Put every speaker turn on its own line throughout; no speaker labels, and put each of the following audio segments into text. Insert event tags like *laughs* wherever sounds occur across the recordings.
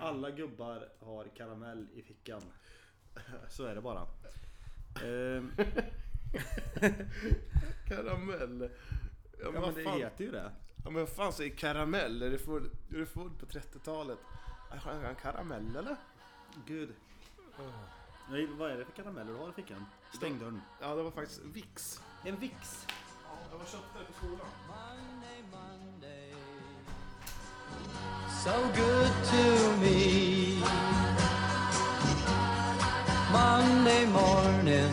Alla gubbar har karamell i fickan. *laughs* Så är det bara. Ehm,
Karamell. Ja
ja,
men,
men
vad
det
fan,
heter ju det.
ja, men vad fan säger karamell? Är du full, är du full på 30-talet? Har han en karamell eller?
Gud. Nej, Vad är det för karameller du har i fickan? Stäng dörren.
Ja det var faktiskt Vicks.
En Vicks.
Jag var köpte det på skolan.
Monday, Monday. So good to me. Monday morning,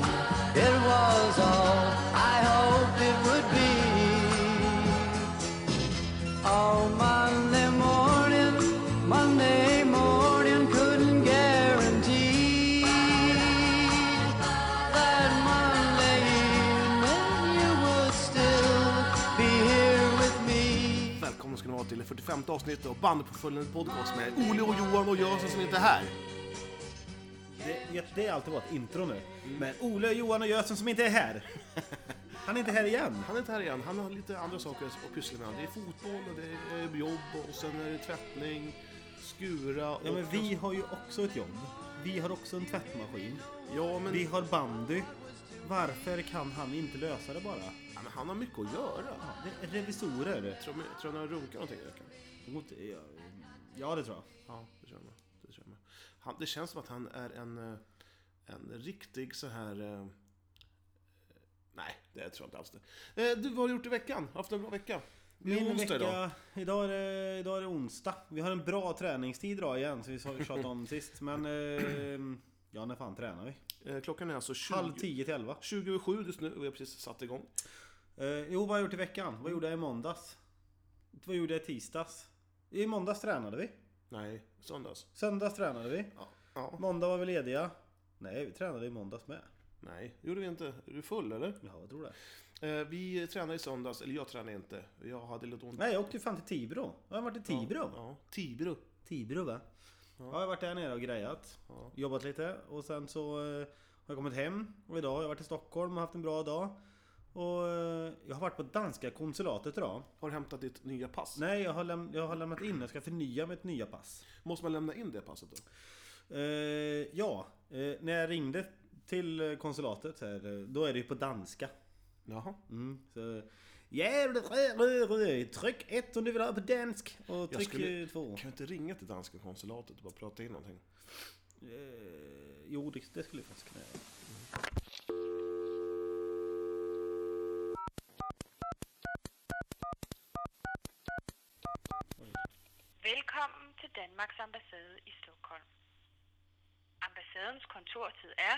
it was all I hoped it would be. Oh, Monday morning, Monday morning couldn't guarantee that Monday evening you would still be here with me.
Välkomna ska ni vara till det 45 avsnittet av Bandyportföljen Podcast med Ole och Johan och jag som inte är här.
Det, vet, det är alltid vårt intro nu. Men Ole, Johan och Gösen som inte är *laughs* här. Han är inte här igen.
Han är inte här igen, han har lite andra saker att pyssla med. Det är fotboll och det är jobb och sen är det tvättning, skura och...
Ja men vi har ju också ett jobb. Vi har också en tvättmaskin.
Ja, men...
Vi har bandy. Varför kan han inte lösa det bara?
Ja, men han har mycket att göra.
Ja, det är revisorer.
Tror, jag tror han har runkat någonting Ökan?
Mot- ja, Ja, det tror jag.
Ja, det tror jag med. Det, tror jag med. Han, det känns som att han är en, eh, en riktig så här... eh, Nej, det tror jag inte alls det. Eh, Du, vad har du gjort i veckan? Haft en bra vecka? Det är
Min
onsdag
vecka,
idag.
idag. Idag, är det, idag är det onsdag. Vi har en bra träningstid idag igen, som vi sa- tjatade om sist. Men... Eh, ja, när fan tränar vi?
Eh, Klockan är alltså 20,
Halv tio till elva.
27 just nu och vi har precis satt igång.
Eh, jo, vad har jag gjort i veckan? Vad gjorde jag i måndags? Vad gjorde jag i tisdags? I måndags tränade vi.
Nej, söndags.
Söndags tränade vi.
Ja. ja.
Måndag var vi lediga. Nej, vi tränade i måndags med.
Nej, det gjorde vi inte. Är du full eller?
Ja, vad tror du?
Eh, Vi tränade i söndags, eller jag tränade inte. Jag hade lite ont.
Nej, jag åkte ju fan till Tibro. Jag har varit i Tibro.
Ja, Tibro.
Tibro va? Ja. jag har varit där nere och grejat.
Ja.
Jobbat lite och sen så eh, har jag kommit hem. Och idag har jag varit i Stockholm och haft en bra dag. Och eh, jag har varit på danska konsulatet idag.
Har du hämtat ditt nya pass?
Nej, jag har, läm- jag har lämnat in. Jag ska förnya mitt nya pass.
Måste man lämna in det passet då?
Eh, ja, eh, när jag ringde till eh, konsulatet här, eh, då är det ju på danska.
Jaha.
Mm, så... Jävligt rörigt! Tryck 1 om du vill ha på dansk! Och tryck 2.
skulle-
Skulle...
Kan jag inte ringa till danska konsulatet och bara prata in någonting?
Eh, jo, det, det skulle jag faktiskt kunna göra.
Velkommen til Danmarks ambassade i Stockholm. Ambassadens kontortid er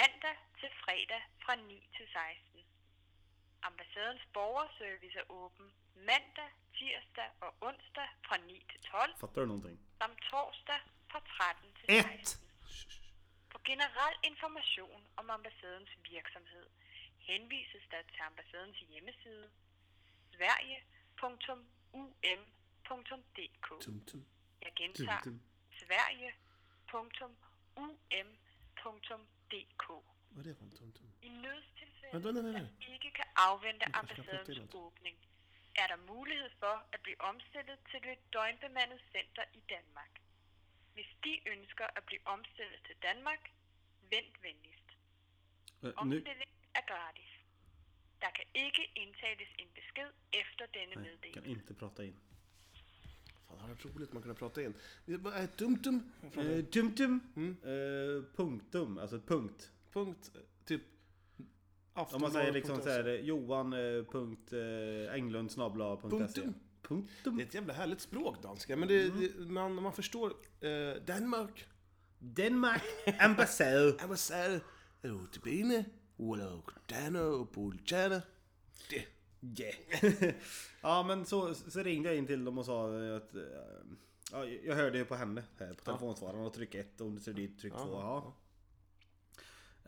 mandag til fredag fra 9 til 16. Ambassadens borgerservice er åben mandag, tirsdag og onsdag fra 9 til 12
Fattar du någonting?
samt torsdag fra 13 til
Et.
16. For generel information om ambassadens virksomhed henvises der til ambassadens hjemmeside sverige.um.dk.
Tum, tum.
Jeg gentager.
Tum, tum.
Sverige.um.dk
Vad är det för en tum, tum?
I nødstilfælde,
Vent, vent, vent, vent.
der ikke kan afvente
jeg skal have fået
ambassadens
det,
åbning, er der mulighed for at blive omstillet til et døgnbemandet center i Danmark. Hvis de ønsker at blive omstillet til Danmark, vent venligst.
Eh, nu,
Omstilling er gratis. Der kan ikke indtales en besked efter denne
nej, kan
meddelelse.
inte prata in.
Fan, det var roligt man kunde prata in. Det var ett dum, dum.
Eh, dum dum. Eh, punktum, alltså ett punkt.
Punkt, eh, typ...
Om man säger liksom
Aftonbladet.se.
såhär eh, Johan eh, punkt eh, Englund snabla E.
Punktum. Det är
Punktum.
ett jävla härligt språk, danska. Men det, det, man, man förstår... Eh, Danmark.
Denmark ambassad.
Ambassade. Rotebine. Ola Dano och Bultjana. Det.
Yeah. ja men så, så ringde jag in till dem och sa eh, att eh, ja, jag hörde ju på henne här på telefonsvararen och tryck 1 om du ser dit tryck 2. Ja.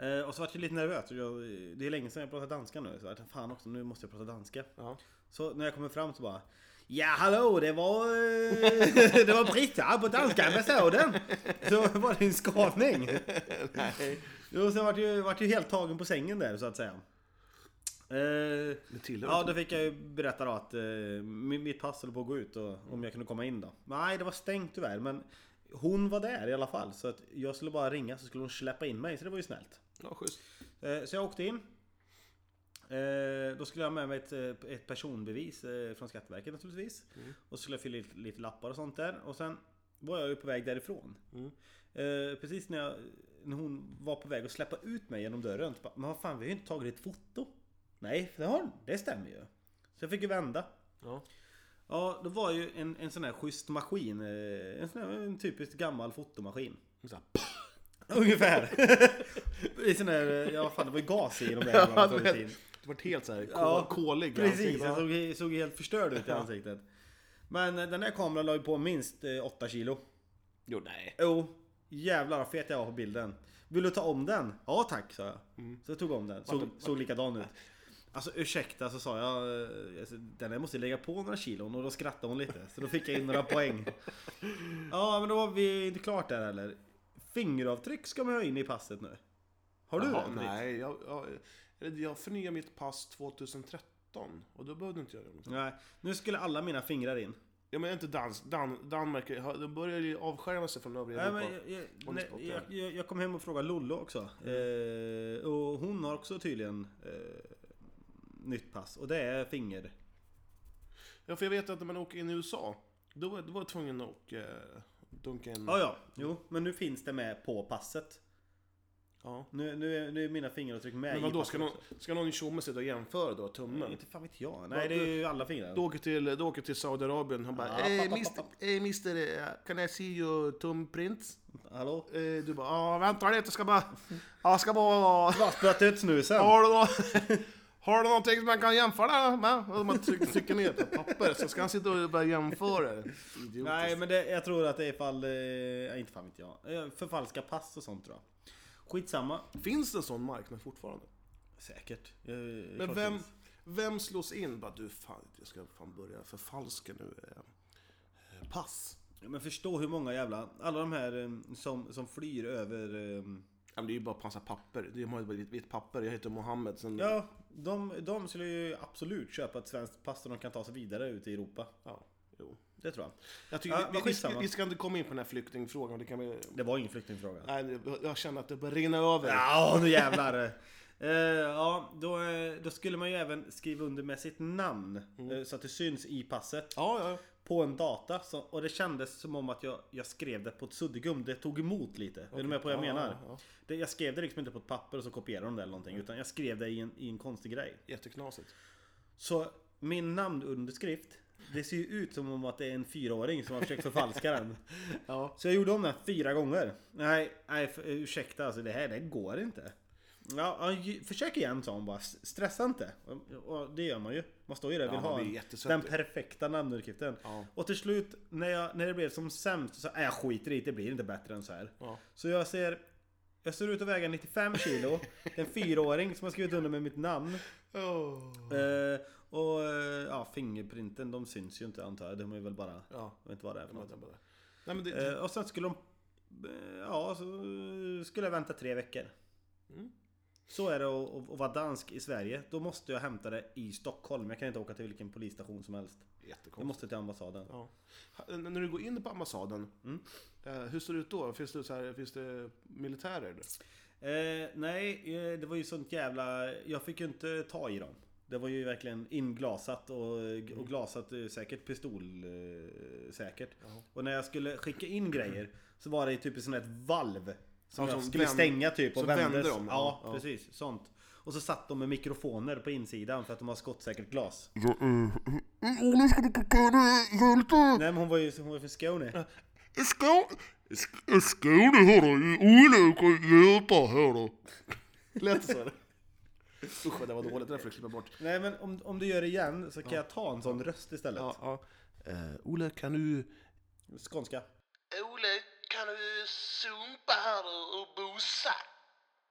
Eh, Och så vart jag lite nervös. och Jag, det är länge sedan jag pratade danska nu. Så jag tänkte, fan också, nu måste jag prata danska.
Ja.
Så när jag kommer fram så bara Ja hallå det var eh, *laughs* Det var Britta på danska ambassaden Så var det en skåning
Nej.
Jo så jag vart ju, vart ju helt tagen på sängen där så att säga Eh,
Det tillhör
Ja
inte-
då fick jag ju berätta då att eh, mi- mitt pass höll på att gå ut och om jag kunde komma in då Nej det var stängt tyvärr men Hon var där i alla fall så att jag skulle bara ringa så skulle hon släppa in mig så det var ju snällt.
Ja, schysst.
Eh, Så jag åkte in. Eh, Då skulle jag ha med mig ett, eh, ett personbevis eh, från Skatteverket naturligtvis.
Mm.
Och så skulle jag fylla i lite, lite lappar och sånt där. Och sen var jag ju på väg därifrån.
Mm.
Eh, Precis när, jag, när hon var på väg att släppa ut mig genom dörren. så bara, Men vad fan, vi har ju inte tagit ett foto. Nej, det har Det stämmer ju. Så jag fick ju vända.
Ja.
Ja, det var ju en, en sån här schysst maskin. eh, En sån här en typiskt gammal
*laughs*
fotomaskin.
Så här,
Ungefär. *laughs* I sån här, eh, ja fan det var ju gas i de där.
Ja,
ibland
du
förr i tiden.
vet, du vart helt såhär
Ja,
kolig. i
Precis,
ansiktet.
jag såg, såg helt förstörd ut i ansiktet. Men eh, den där kameran la ju på minst eh, 8 kilo.
Jo, nej.
Jo, jävlar vad fet jag var på bilden. Vill du ta om den? Ja tack, sa jag. Så jag tog om den. Såg, såg likadan ut. Alltså ursäkta, så sa jag. eh, alltså, Den där måste lägga på några kilon och då skrattade hon lite. Så då fick jag in några *laughs* poäng. Ja, men då var vi inte klart där eller? Fingeravtryck ska man ha in i passet nu. Har du
Jaha,
det?
Nej, jag, jag, eller jag förnyade mitt pass 2013 och då behövde inte jag göra något.
Nej. Nu skulle alla mina fingrar in.
Ja, men inte dans, Dan, Danmark, har- de börjar ju avskärma sig från övriga
Nej,
Europa.
men jag, jag,
On the
nej,
spot,
jag, jag, jag kom hem och frågade Lollo också.
Mm.
Eh, och hon har också tydligen eh, nytt pass. Och det är finger.
Ja, för jag vet att när man åker in i USA, då var, då var jag tvungen att åka, dunka in.
Ja, ja. Jo, men nu finns det med på passet.
Ja.
Nu, nu, är, nu är mina fingeravtryck med
Men
i
vadå,
passet
ska någon,
också.
ska någon tjomme sitta och jämföra då,
Nej,
tummen?
Inte fan vet jag. Nej, det är ju alla fingrar.
Du åker till, du åker till Saudiarabien, han bara
Ja.
eh, mister, eh, mister, eh, can I see your thumbprint?
Hallå?
Eh, du bara, ja vänta lite, jag ska bara, ja, jag ska bara,
Bara spötta ut snusen.
har du, nå- *laughs* har du någonting som man kan jämföra med? Och Man trycker, trycker ner på papper, så ska han sitta och börja jämföra. Idiotiskt.
Nej, men det, jag tror att det är ifall... Eh, ja, inte fan vet jag. Eh, Förfalska pass och sånt tror jag. Skitsamma.
Finns det en sån marknad fortfarande?
Säkert. Eh, klart
Men
det
vem,
finns.
vem slås in? Bara, du fan, jag ska fan börja förfalska nu. eh, Pass.
Ja, Men förstå hur många jävla, alla de här eh, som, som flyr över... eh,
Ja, men det är ju bara passa papper. Det är bara ett vitt papper. Jag heter Mohammed. Sen...
Ja, de, de skulle ju absolut köpa ett svenskt pass så de kan ta sig vidare ut i Europa.
Ja, jo.
Det tror jag.
Jag tycker,
Ja, men
vi, vi,
skitsamma.
ska, vi ska inte komma in på den här flyktingfrågan. Det kan vi...
Det var ingen flyktingfråga.
Nej, nu- jag känner att det börjar rinna över.
Ja, nu jävlar! Eh, ja, då, eh, då skulle man ju även skriva under med sitt namn eh, så att det syns i passet.
Ja, ja.
På en data så, och det kändes som om att jag, jag skrev det på ett suddgum. Det tog emot lite. Är du med på vad jag
Ja,
menar?
ja.
Det, jag skrev det liksom inte på ett papper och så kopierade de det eller någonting. Utan jag skrev det i en, i en konstig grej.
Jätteknasigt.
Så min namnunderskrift Det ser ju ut som om att det är en fyraåring som har försökt förfalska den
*laughs* Ja.
Så jag gjorde om den fyra gånger Nej, nej för, ursäkta alltså det här det går inte Ja, ja, ju- försök igen sa hon bara S- Stressa inte och, och det gör man ju Man står ju där och vill
Ja, man
ha
blir
en- den
jättesvettig.
perfekta namnunderskriften
Ja.
Och till slut när, jag, när det blev som sämst så äh, jag skiter i det, det blir inte bättre än så här
Ja.
Så jag ser jag ser ut att väga 95 kilo Det är en fyraåring som har skrivit under med mitt namn Eh, och eh, ja, fingerprinten, de syns ju inte antar jag. De är väl bara...
Ja.
Jag vet inte vad det är för något.
Vänta bara. Nej, men det,
Eh, och sen skulle de... eh, Ja, så skulle jag vänta tre veckor.
Mm.
Så är det att- att att vara dansk i Sverige. Då måste jag hämta det i Stockholm. Jag kan inte åka till vilken polisstation som helst. Jag
Jättekonstigt.
måste till ambassaden.
Ja. Ha- När du går in på ambassaden, eh, hur ser det ut då? Finns det, så här, finns det militärer? där?
Eh, nej, eh, det var ju sånt jävla... Jag fick ju inte ta i dem. Det var ju verkligen inglasat och,
Mm.
och glasat eh, säkert pistolsäkert. Eh, säkert. Och när jag skulle skicka in grejer så var det ju typ ett sånt här ett valv. Som
Ja,
jag
som
skulle
vänd-
stänga typ och
så vände
vändes.
de,
ja,
ja, ja.
precis. Sånt. Och så satt de med mikrofoner på insidan för att de har skottsäkert
*laughs*
glas.
Ole skulle på Kalle hjälte.
Nej men hon var ju hon var ju från Skåne.
Skåne. Skåne hörru. Ole och hjälte hörru.
Lät det så? eller? Usch vad det var dåligt, det där får jag klippa bort.
Nej men om, om du gör det igen så kan jag ta en sån röst istället.
Ja, ja. Eh, Ola, kan du...
Skånska.
Ole kan du sumpa här och bussa.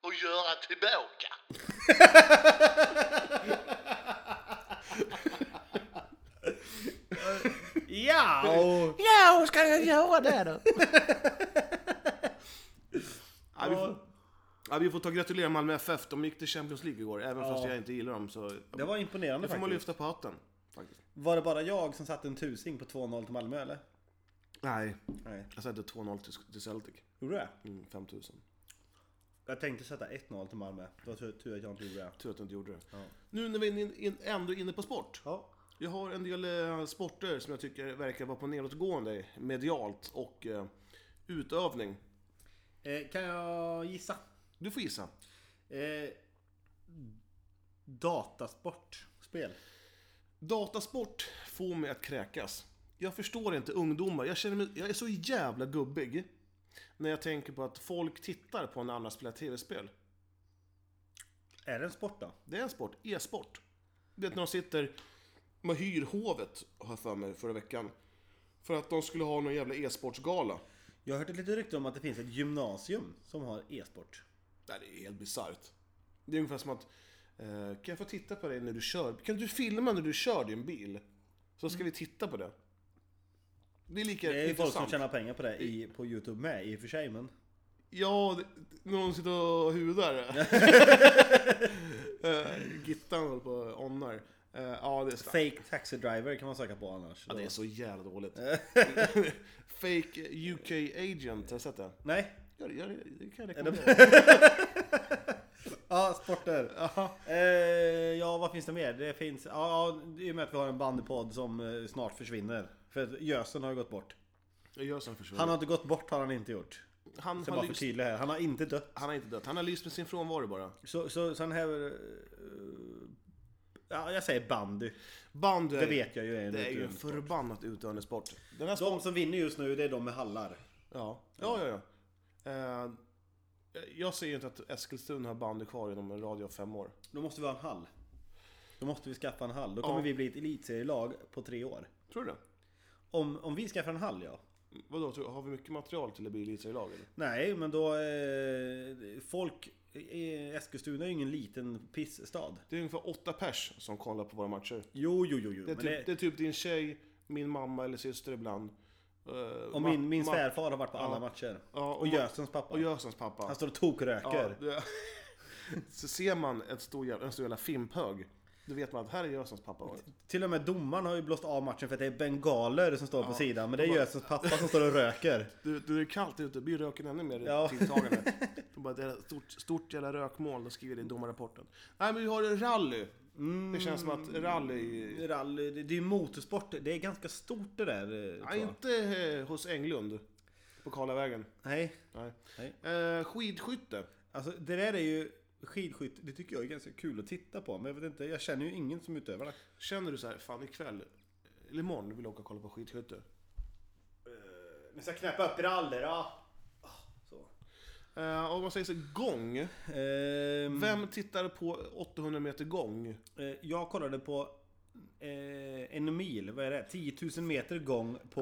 Och göra tillbaka.
Ja! Och...
Ja, ska jag göra det då?
Ja, vi, får, ja, vi får ta och gratulera Malmö FF, de gick till Champions League igår, även fast jag inte gillar dem. Så
Det var imponerande
det får man
faktiskt.
lyfta på hatten. Faktiskt.
Var det bara jag som satte en tusing på 2-0 till Malmö eller?
Nej,
Nej.
jag sätter 2-0 till, till Celtic.
Gjorde du det?
Mm, 5000.
Jag tänkte sätta 1-0 till Malmö. Det var tur, tur att jag inte gjorde det.
Tur att du inte gjorde det.
Ja.
Nu när vi är in, in, ändå inne på sport.
Ja.
Jag har en del eh, sporter som jag tycker verkar vara på nedåtgående medialt och eh, utövning.
Eh, kan jag gissa?
Du får gissa.
Eh, datasportspel.
Datasport får mig att kräkas. Jag förstår inte ungdomar. Jag, känner mig, jag är så jävla gubbig när jag tänker på att folk tittar på när andra spelar tv-spel.
Är det en sport då?
Det är en sport, e-sport. Du vet när de sitter, man hyr hovet, har jag för mig förra veckan. För att de skulle ha någon jävla e-sportsgala.
Jag har hört ett litet rykte om att det finns ett gymnasium som har e-sport.
Nej, det är helt bisarrt. Det är ungefär som att, eh, kan jag få titta på dig när du kör? Kan du filma när du kör din bil? Så ska vi titta på det. Det är lika
Det är ju folk som
intressant.
tjänar pengar på det i, på Youtube med i och för sig men...
Ja, det- någon sitter
*laughs*
och hudar. Eh, Gittan håller på och onnar. Eh, Ja, det är starkt.
Fake taxi driver kan man söka på annars.
Ja, det är så
*laughs*
jävla dåligt. Fake UK agent, har du sett det?
Nej?
Gör det, gör det, det kan jag
Är det-
rekommendera.
Ja, sporter.
Ja.
Eh, ja, vad finns det mer? Det finns... Ja, ja, i och med att vi har en bandypodd som eh, snart försvinner. För att gösen har ju gått bort.
Jag gör som försvinner.
Han har inte gått bort har han inte gjort.
han,
Ska
har
bara
lyst,
förtydliga här. Han har inte dött.
han har inte dött, han har lyst med sin frånvaro bara.
Så, så, så den här... eh, ja, jag säger bandy.
Bandy,
Det vet jag ju är en
det är ju en
utövning.
förbannat utdöende sport. Den här
De som vinner just nu, det är de med hallar.
Ja, ja, ja. ja. Eh, jag säger inte att Eskilstuna har bandy kvar inom en radio av fem år.
Då måste vi ha en hall. Då måste vi skaffa en hall. Då kommer
Ja.
vi bli ett elitserielag på tre år.
Tror du det?
Om, om vi skaffar en hall, ja.
Vadå, tror- har vi mycket material till att bli elitserielag eller?
Nej, men då... Eh, folk... Eh, Eskilstuna är ju ingen liten pissstad.
Det är ungefär åtta pers som kollar på våra matcher.
Jo, jo, jo, jo.
Det
men
är, typ,
det,
det... är typ din tjej, min mamma eller syster ibland. Eh,
och
ma-
min, min
ma-
svärfar har varit på alla
Ja.
matcher.
Ja,
Och Gösens pappa.
Och Gösens pappa.
Han står och tokröker.
Ja, det- *laughs* så ser man ett stor, jävla- en stor jävla fimphög, då vet man att här är Gösens pappa. varit.
Till och med domaren har ju blåst av matchen för att det är bengaler som står på sidan. Men det är
De bara-
Gösens pappa som står och röker.
Du, du är kallt ute, då blir röken ännu mer
Ja.
*laughs* tilltagande. De bara, det är ett stort, stort jävla rökmoln, då skriver det i domarrapporten. Nej men vi har en rally. Det känns som att rally...
Rally, *laughs* det det är ju motorsport. Det är ganska stort det där. eh, tror
Nej,
jag.
inte eh, hos Englund. På Karlavägen.
Nej.
Nej.
Nej.
Eh, skidskytte.
Alltså det där är ju skidskytte. Det tycker jag är ganska kul att titta på. Men jag vet inte, jag känner ju ingen som utövar det.
Känner du så här, fan ikväll, eller imorgon vill jag åka och kolla på skidskytte?
Men ska knäppa upp brallor då? Så.
Eh, och om man säger så, gång.
Ehm,
Vem tittar på 800 meter gång?
eh, jag kollade på eh, en mil, vad är det? 10 000 meter gång på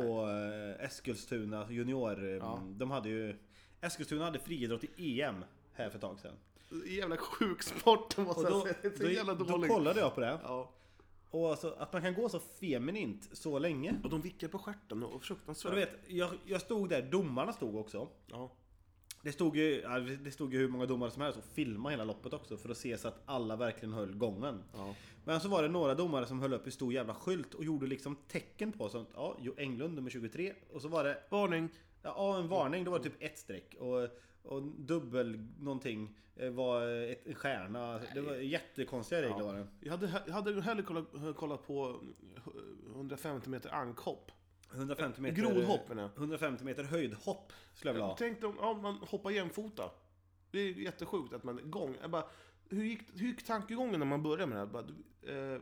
eh, Eskilstuna junior. eh,
Ja.
De hade ju... Eskilstuna hade friidrott i EM här för ett tag sedan.
Jävla sjuk sport måste
Och
jag
då,
säga. Det är så jävla
då, då
dåligt.
kollade jag på det.
Ja.
Och alltså, att man kan gå så feminint så länge.
Och de vickar på stjärten och
Och
fruktansvärt.
du vet, jag, jag stod där, domarna stod också.
Ja.
Det stod, ju, ja, det stod ju hur många domare som helst och filmade hela loppet också för att se så att alla verkligen höll gången.
Ja.
Men så var det några domare som höll upp en stor jävla skylt och gjorde liksom tecken på sånt. Ja, Jo Englund nummer 23. Och så var det
Varning.
ja, en varning, då var det typ ett streck. Och, och dubbel någonting eh, var ett, en stjärna. Det var jättekonstiga regler var det.
Jag hade, he- jag hade hellre kollat, kollat på eh, 150 meter ankhopp.
150 meter...
Grodhopp menar jag.
150 meter höjdhopp skulle jag vilja ha.
Tänk om ja, man hoppar jämfota. Det är jättesjukt att man gång... Jag bara, hur, gick, hur gick tankegången när man började med det här? Bara, du, eh,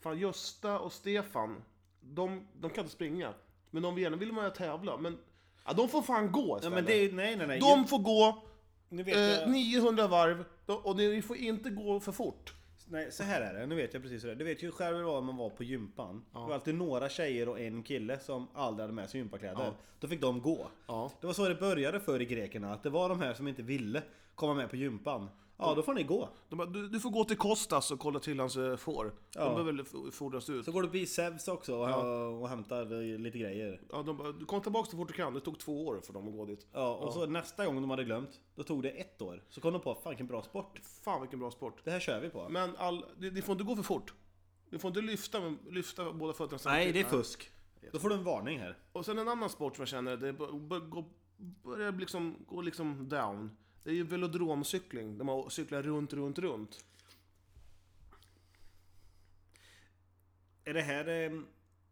fan, Gösta och Stefan, de, de kan inte springa. Men de vill gärna vill man ju tävla. Men ja, de får fan gå
Ja,
istället.
men det är, nej nej nej.
De får gå
nu vet
eh,
jag,
900 varv de- och ni får inte gå för fort.
nej, så här är det, nu vet jag precis hur det är. Du vet ju själv hur det var när man var på gympan. Det var alltid några tjejer och en kille som aldrig hade med sig gympakläder. Då fick de gå.
Ja.
Det var så det började för i grekerna, att det var de här som inte ville komma med på gympan. Ja, då får ni gå.
De bara, du, du får gå till Kostas och kolla till hans eh, får.
Ja.
De behöver väl f- fordras ut.
Så går du förbi Zeus också och, och hämtar eh, lite grejer.
Ja, de bara, du kom tillbaka så fort du kan. Det tog två år för dem att gå dit.
Ja, och så nästa gång de hade glömt, då tog det ett år. Så kom de på, fan vilken bra sport.
Fan vilken bra sport.
Det här kör vi på.
Men all, det, det får inte gå för fort. Du får inte lyfta, med- lyfta båda fötterna
Nej,
samtidigt.
det är fusk. Då får du en varning här.
Och sen en annan sport som jag känner, det bör- bör- gå- börjar liksom, gå liksom down. Det är ju velodromcykling, där man cyklar runt, runt, runt.
Är det här eh,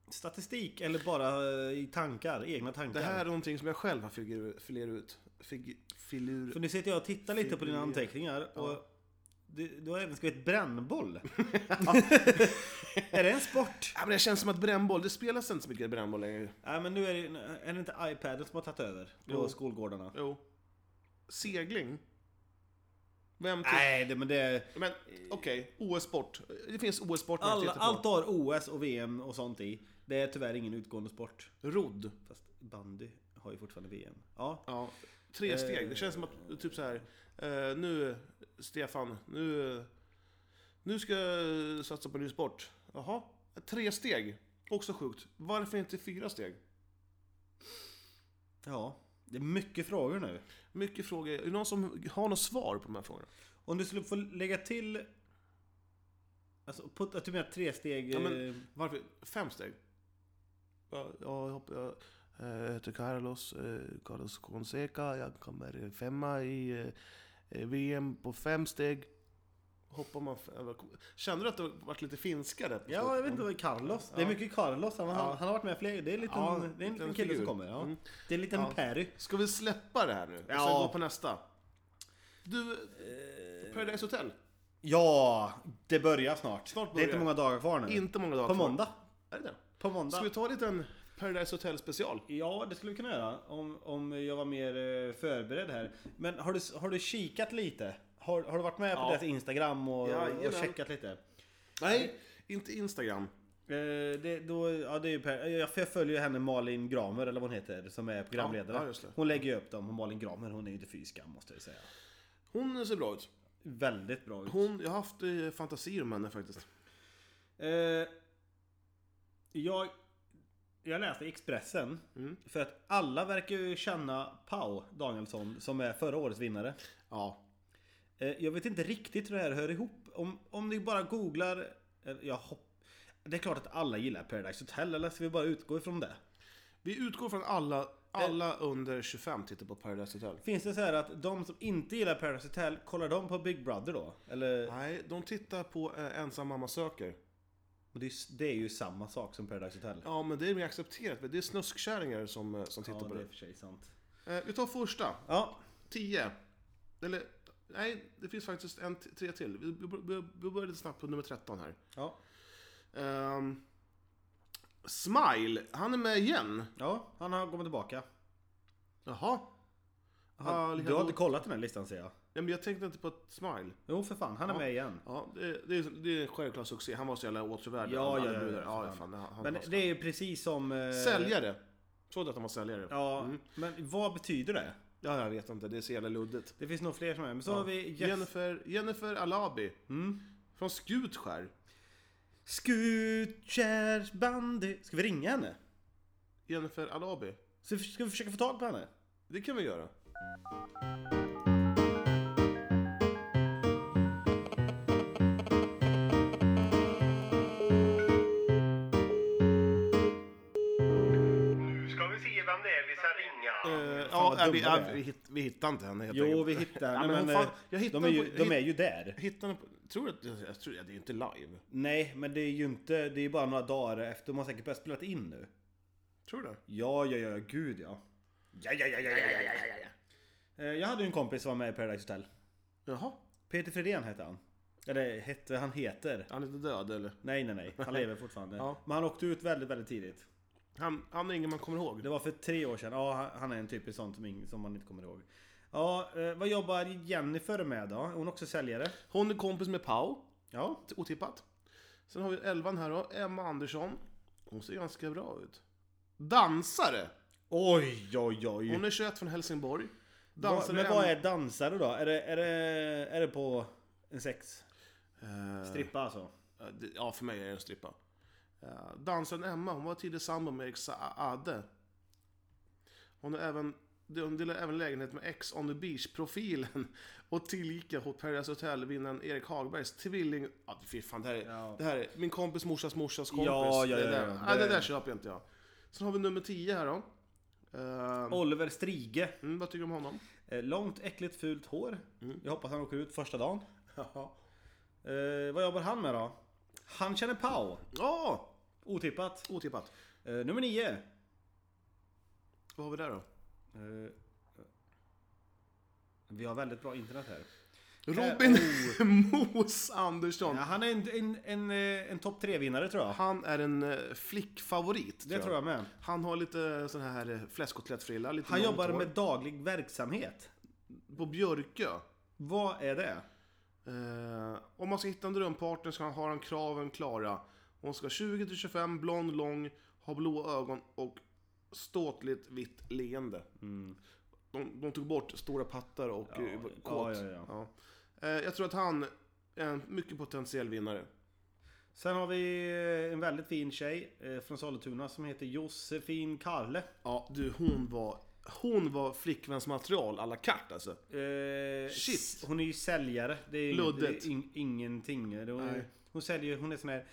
statistik eller bara eh, i tankar? Egna tankar?
Det här är någonting som jag själv har figur, filer ut. Figur,
För
filur.
nu sitter jag och tittar lite på dina
Figurer.
anteckningar och du, du har även skrivit *laughs* brännboll. är det en sport?
Ja, men det känns som att brännboll, det spelas inte så mycket brännboll längre.
Nej men nu är det, är det inte iPaden som har tagit över på
Jo.
skolgårdarna.
Jo. Segling? Vem till?
Nej, det, men det är...
Men okej, OS-sport. Det finns OS-sport man
Alla,
tittar på.
allt har OS och VM och sånt i. Det är tyvärr ingen utgående sport.
Rodd.
Fast bandy har ju fortfarande VM. Ja.
Ja, tre steg. Det känns som att, typ så här. eh, nu Stefan, nu, nu ska jag satsa på en ny sport. Jaha, tre steg. Också sjukt. Varför inte fyra steg?
ja. Det är mycket frågor nu.
Mycket frågor. Är det någon som har något svar på de här frågorna?
Om du skulle få lägga till... Alltså, put, att du menar tre steg...
Ja, men-
eh,
Varför? Fem steg? Ja, jag hoppas... Jag, eh, heter Carlos, eh, Carlos Fonseca. Jag kommer femma i eh, VM på fem steg. Hoppar man... fem- Kände du att det varit lite finska där? på
Ja,
slutet?
jag vet inte vad Carlos. Det är
Ja.
mycket Carlos. Han, har-
Ja.
han har varit med fler. Det är en liten,
Ja,
det är en liten
liten
kille
figur.
som kommer. Ja.
Mm.
Det är en liten
Ja.
Perry.
Ska vi släppa det här nu? Och sen
Ja.
gå på nästa? Du, Paradise Hotel?
Ja, det börjar snart.
Snart
Det är
börjar
inte
det.
många dagar kvar nu.
Inte många dagar
På
kvar.
måndag.
Är det det?
På måndag.
Ska vi ta en liten Paradise Hotel special?
Ja, det skulle vi kunna göra. Om, om jag var mer eh, förberedd här. Men har du, har du kikat lite? Har, har du varit med på
Ja.
deras Instagram och,
Jajamän.
och checkat lite?
Nej, inte Instagram.
Eh, det, då, ja, det är ju per, jag, jag följer ju henne Malin Gramer eller vad hon heter som är programledare.
ja, just det.
hon lägger ju upp dem. Och Malin Gramer hon är ju inte fy skam måste jag säga.
Hon ser bra ut.
Väldigt bra ut.
Hon, jag har haft eh, fantasier om henne faktiskt.
Eh, jag, jag läste i Expressen för att alla verkar ju känna Pau Danielsson som är förra årets vinnare.
Ja.
Eh, jag vet inte riktigt hur det här hör ihop. Om, om ni bara googlar... eh, Jag hopp, det är klart att alla gillar Paradise Hotel eller ska vi bara utgå ifrån det?
Vi utgår från alla, alla under 25 tittar på Paradise Hotel.
Finns det så här att de som inte gillar Paradise Hotel, kollar de på Big Brother då? Eller?
Nej, de tittar på eh, Ensam mamma söker.
Men Det, är, ju- det är ju samma sak som Paradise Hotel.
Ja, men det är mer accepterat. för Det är snuskkärringar som, eh, som tittar
Ja,
på
det är i
det.
och för sig sant.
Eh, vi tar första.
Ja,
10. Eller, nej, det finns faktiskt en, t- tre till. Vi, vi, vi- vi började snabbt på nummer 13 här.
ja,
Ehm, Smile, han är med igen.
ja, han har kommit tillbaka.
Jaha.
Han,
Ali
du har
Hadou-
inte kollat den här listan ser jag.
Ja, men jag tänkte inte på att Smile.
Jo för fan, han är med igen.
Ja, det, det, är, det är en självklar succé. Han var så jävla åtråvärd.
Ja,
Han-
ja,
han-
ja, ja,
ja,
för fan.
fan, han, han,
Men
han-
det är ju precis som... eh,
Säljare. Trodde att han var säljare.
Ja,
Mm.
men vad betyder det?
ja, jag vet inte. Det är så jävla luddigt.
Det finns nog fler som är. Men så
Ja.
har vi Jeff...
Jennifer, Jennifer Alabi.
Mm.
Från Skutskär.
Skutkärrsbandy. Ska vi ringa henne?
Jennifer Alabi.
Så ska vi försöka få tag på henne?
Det kan vi göra.
Nu ska vi se vem det är vi ska ringa.
Eh,
vad
ja, nej, vi,
dumma
ja,
de är.
vi, hitt, vi hittar inte henne helt
Jo
enkelt.
vi hittar
Ja,
henne
men
men,
vad fan,
eh,
jag hittar
de, är ju,
på-
de
hitt-
är ju där.
Hittar henne på, tror du att... Jag, jag tror, ja, det är ju inte live.
Nej men det är ju inte, det är ju bara några dagar efter. De har säkert börjat spela in nu.
Tror du det?
Ja, ja, ja, gud ja. Ja, ja, ja, ja, ja, ja, ja, ja, ja. Eh, Jag hade ju en kompis som var med i Paradise Hotel.
Jaha.
Peter Fredén hette han. Eller hette, han heter.
Han är inte död eller?
Nej, nej, nej. Han lever fortfarande.
Ja.
Men han åkte ut väldigt, väldigt tidigt.
Han, han är ingen man kommer ihåg.
Det var för tre år sedan. Ja, han- han är en typisk sån som, ing- som man inte kommer ihåg. Ja, eh, vad jobbar Jennifer med då? Hon är också säljare.
Hon är kompis med Pau.
Ja.
Otippat. Sen har vi elvan här då. Emma Andersson. Hon ser ganska bra ut. Dansare!
Oj, oj, oj.
Hon är 21 från Helsingborg.
Va,
Dansare
men Mm. vad
Emma-
är dansare då? Är det, är det, är det på en sex?
Eh,
Strippa alltså?
Ja, det- Ja, för mig är det en strippa. Eh, Dansaren Emma, hon var tidigare sambo med Erik Saade. Hon, har även, hon delar även lägenhet med Ex on the Beach-profilen *laughs* och tillika hos Paradise Hotel-vinnaren Erik Hagbergs tvilling... Ja, fy fan, det här är,
Ja.
det här är min kompis morsas morsas kompis.
Ja, ja,
det,
ja,
där,
ja.
Nej, det
Det-
där köper jag inte jag. Sen har vi nummer 10 här då. Eh,
Oliver Strige.
mm, vad tycker du om honom?
Eh, Långt, äckligt, fult hår. Jag hoppas han åker ut första dagen. Eh, vad jobbar han med då? Han känner Pau.
Ja,
Otippat.
otippat.
Eh, nummer nio.
Vad har vi där då?
Eh, vi har väldigt bra internet här.
Robin
Eh,
*laughs* Mos Andersson.
Ja, han är en, en, en, eh, en topp tre-vinnare tror jag.
Han är en eh, flickfavorit.
Det tror jag med.
Han har lite sån här eh, fläskkotlettfrilla. Lite
Han
långt
jobbar
hår.
med daglig verksamhet.
På Björkö.
Vad är det?
Eh, om man ska hitta en drömpartner ska han ha den kraven klara. Hon ska 20-25, blond, lång, ha blå ögon och ståtligt vitt leende. De, de tog bort stora pattar och
Ja,
Mm. ja, kåt.
ja, ja, ja.
Ja. Eh, jag tror att han är en mycket potentiell vinnare.
Sen har vi eh, en väldigt fin tjej eh, från Sollentuna som heter Josefin Karle.
Ja, du hon var, hon var flickväns material à la carte alltså.
Eh,
Shit.
s- Hon är ju säljare. Det är, inget, det
Luddigt.
är in, ingenting. Det är- Hon,
Nej.
hon säljer, hon är sån här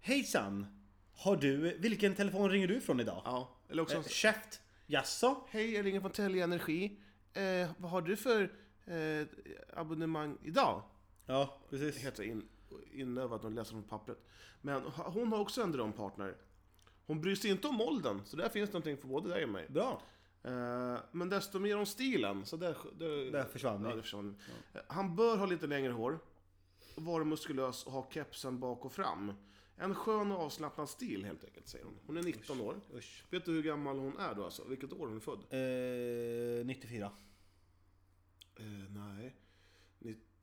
Hejsan! Har du, vilken telefon ringer du från idag?
Ja, eller också...
Eh, käft! Jaså?
Hej, jag ringer från Telia Energi. Eh, vad har du för eh, abonnemang idag?
Ja, precis.
Helt så in, inövat och läser från pappret. Men hon har också en drömpartner. Hon bryr sig inte om åldern, så där finns någonting för både dig och mig.
Bra!
Eh, men desto mer om stilen, så där, där,
Där försvann
ja,
vi.
det försvann. Eh, Han bör ha lite längre hår, vara muskulös och ha kepsen bak och fram. En skön och avslappnad stil helt enkelt, säger hon. Hon är 19 år.
Usch.
Vet du hur gammal hon är då alltså? Vilket år hon är född?
Eh, 94.
Eh, nej.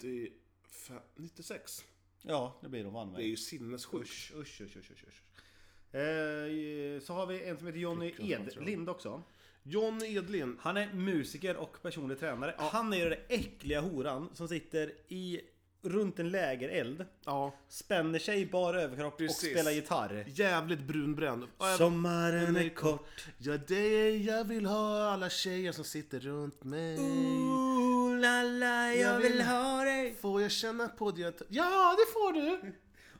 95, 96.
Ja, det blir de vann
Det är
med.
ju sinnessjukt.
Usch, usch, usch, usch, usch, usch. Eh, så har vi en som heter Johnny
Flickvän, tror jag.
Edlind också.
John Edlin.
Han är musiker och personlig tränare. Han är ju den äckliga horan som sitter i, runt en lägereld.
Ja.
Spänner sig i bara överkropp
Precis.
och spelar gitarr.
Jävligt brunbränd. Och jag-
Sommaren är kort.
Ja, det är jag vill ha alla tjejer som sitter runt mig.
Mm. Ooh la la, jag vill ha dig.
Får jag känna på dina t- Ja, det får du!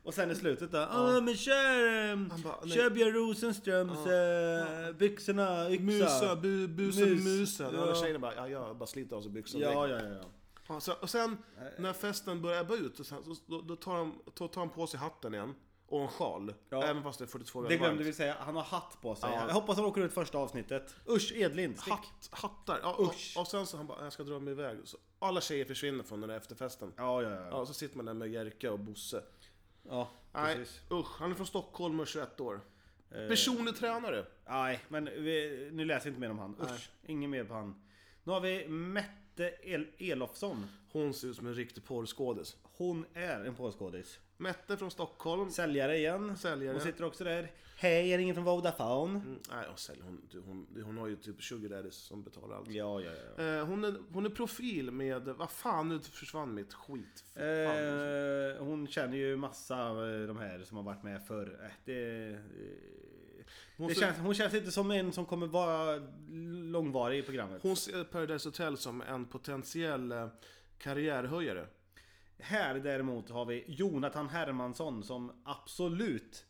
Och sen i slutet då. Ja men kör! ehm,
Han bara, nej.
Kör Björn Rosenströms eh, byxorna, yxa.
Musa, bu, busen,
Mus,
musen.
ja.
Alla tjejerna bara, ja, jag bara sliter av sig byxorna.
Ja, ja, ja. ja.
Ja, så, och sen när festen börjar ebba ut, och sen, så, då, då tar han, då tar han på sig hatten igen. Och en sjal.
Ja.
Även fast det är 42
Det
grader
glömde
varmt.
vi säga. Han har hatt på sig.
Ja.
Jag hoppas han åker ut första avsnittet. Usch, Edlind. stick.
Hatt, hattar. Ja, och,
Usch.
och sen så han bara, jag ska dra mig iväg. Så, alla tjejer försvinner från den där efterfesten.
Ja, ja, ja.
Ja, så sitter man där med Jerka och Bosse.
Ja,
Nej,
precis.
usch. Han är från Stockholm och är 21 år. Eh. Personlig tränare.
Nej, men vi, nu läser jag inte mer om han. Usch, inget mer på han. Nu har vi Mette El- Elofsson.
Hon ser ut som en riktig porrskådis.
Hon är en påskådis.
Mette från Stockholm.
Säljare igen.
Säljare.
Hon sitter också där. Hej, jag ringer från Vodafone.
Mm, Nej, hon, säljer, hon, du, hon, hon har ju typ sugar daddies som betalar allt.
Ja, ja, ja.
Eh, hon, är, hon är profil med... Vad fan, nu försvann mitt skit. Fy fan, alltså.
Eh, hon känner ju massa av eh, de här som har varit med förr. Eh, Det, eh,
Hon
det
ser-
känns, hon känns inte som en som kommer vara långvarig i programmet.
Hon ser Paradise Hotel som en potentiell eh, karriärhöjare.
Här däremot har vi Jonathan Hermansson som absolut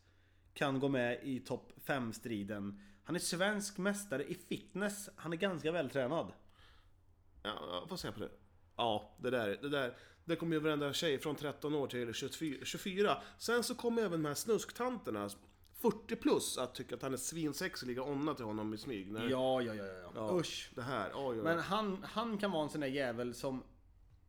kan gå med i topp 5-striden. Han är svensk mästare i fitness. Han är ganska vältränad.
Ja, Ja, vad säger jag på det? Ja, det där, det där. Det kommer ju varenda tjej från 13 år till 24. 24. Sen så kommer även de här snusktanterna, 40 plus, att tycka att han är svinsexig och ligga onna till honom i smyg. När,
Ja, ja, ja, ja.
ja,
Usch.
Det här, oj, oj.
Men han, han kan vara en sån där jävel som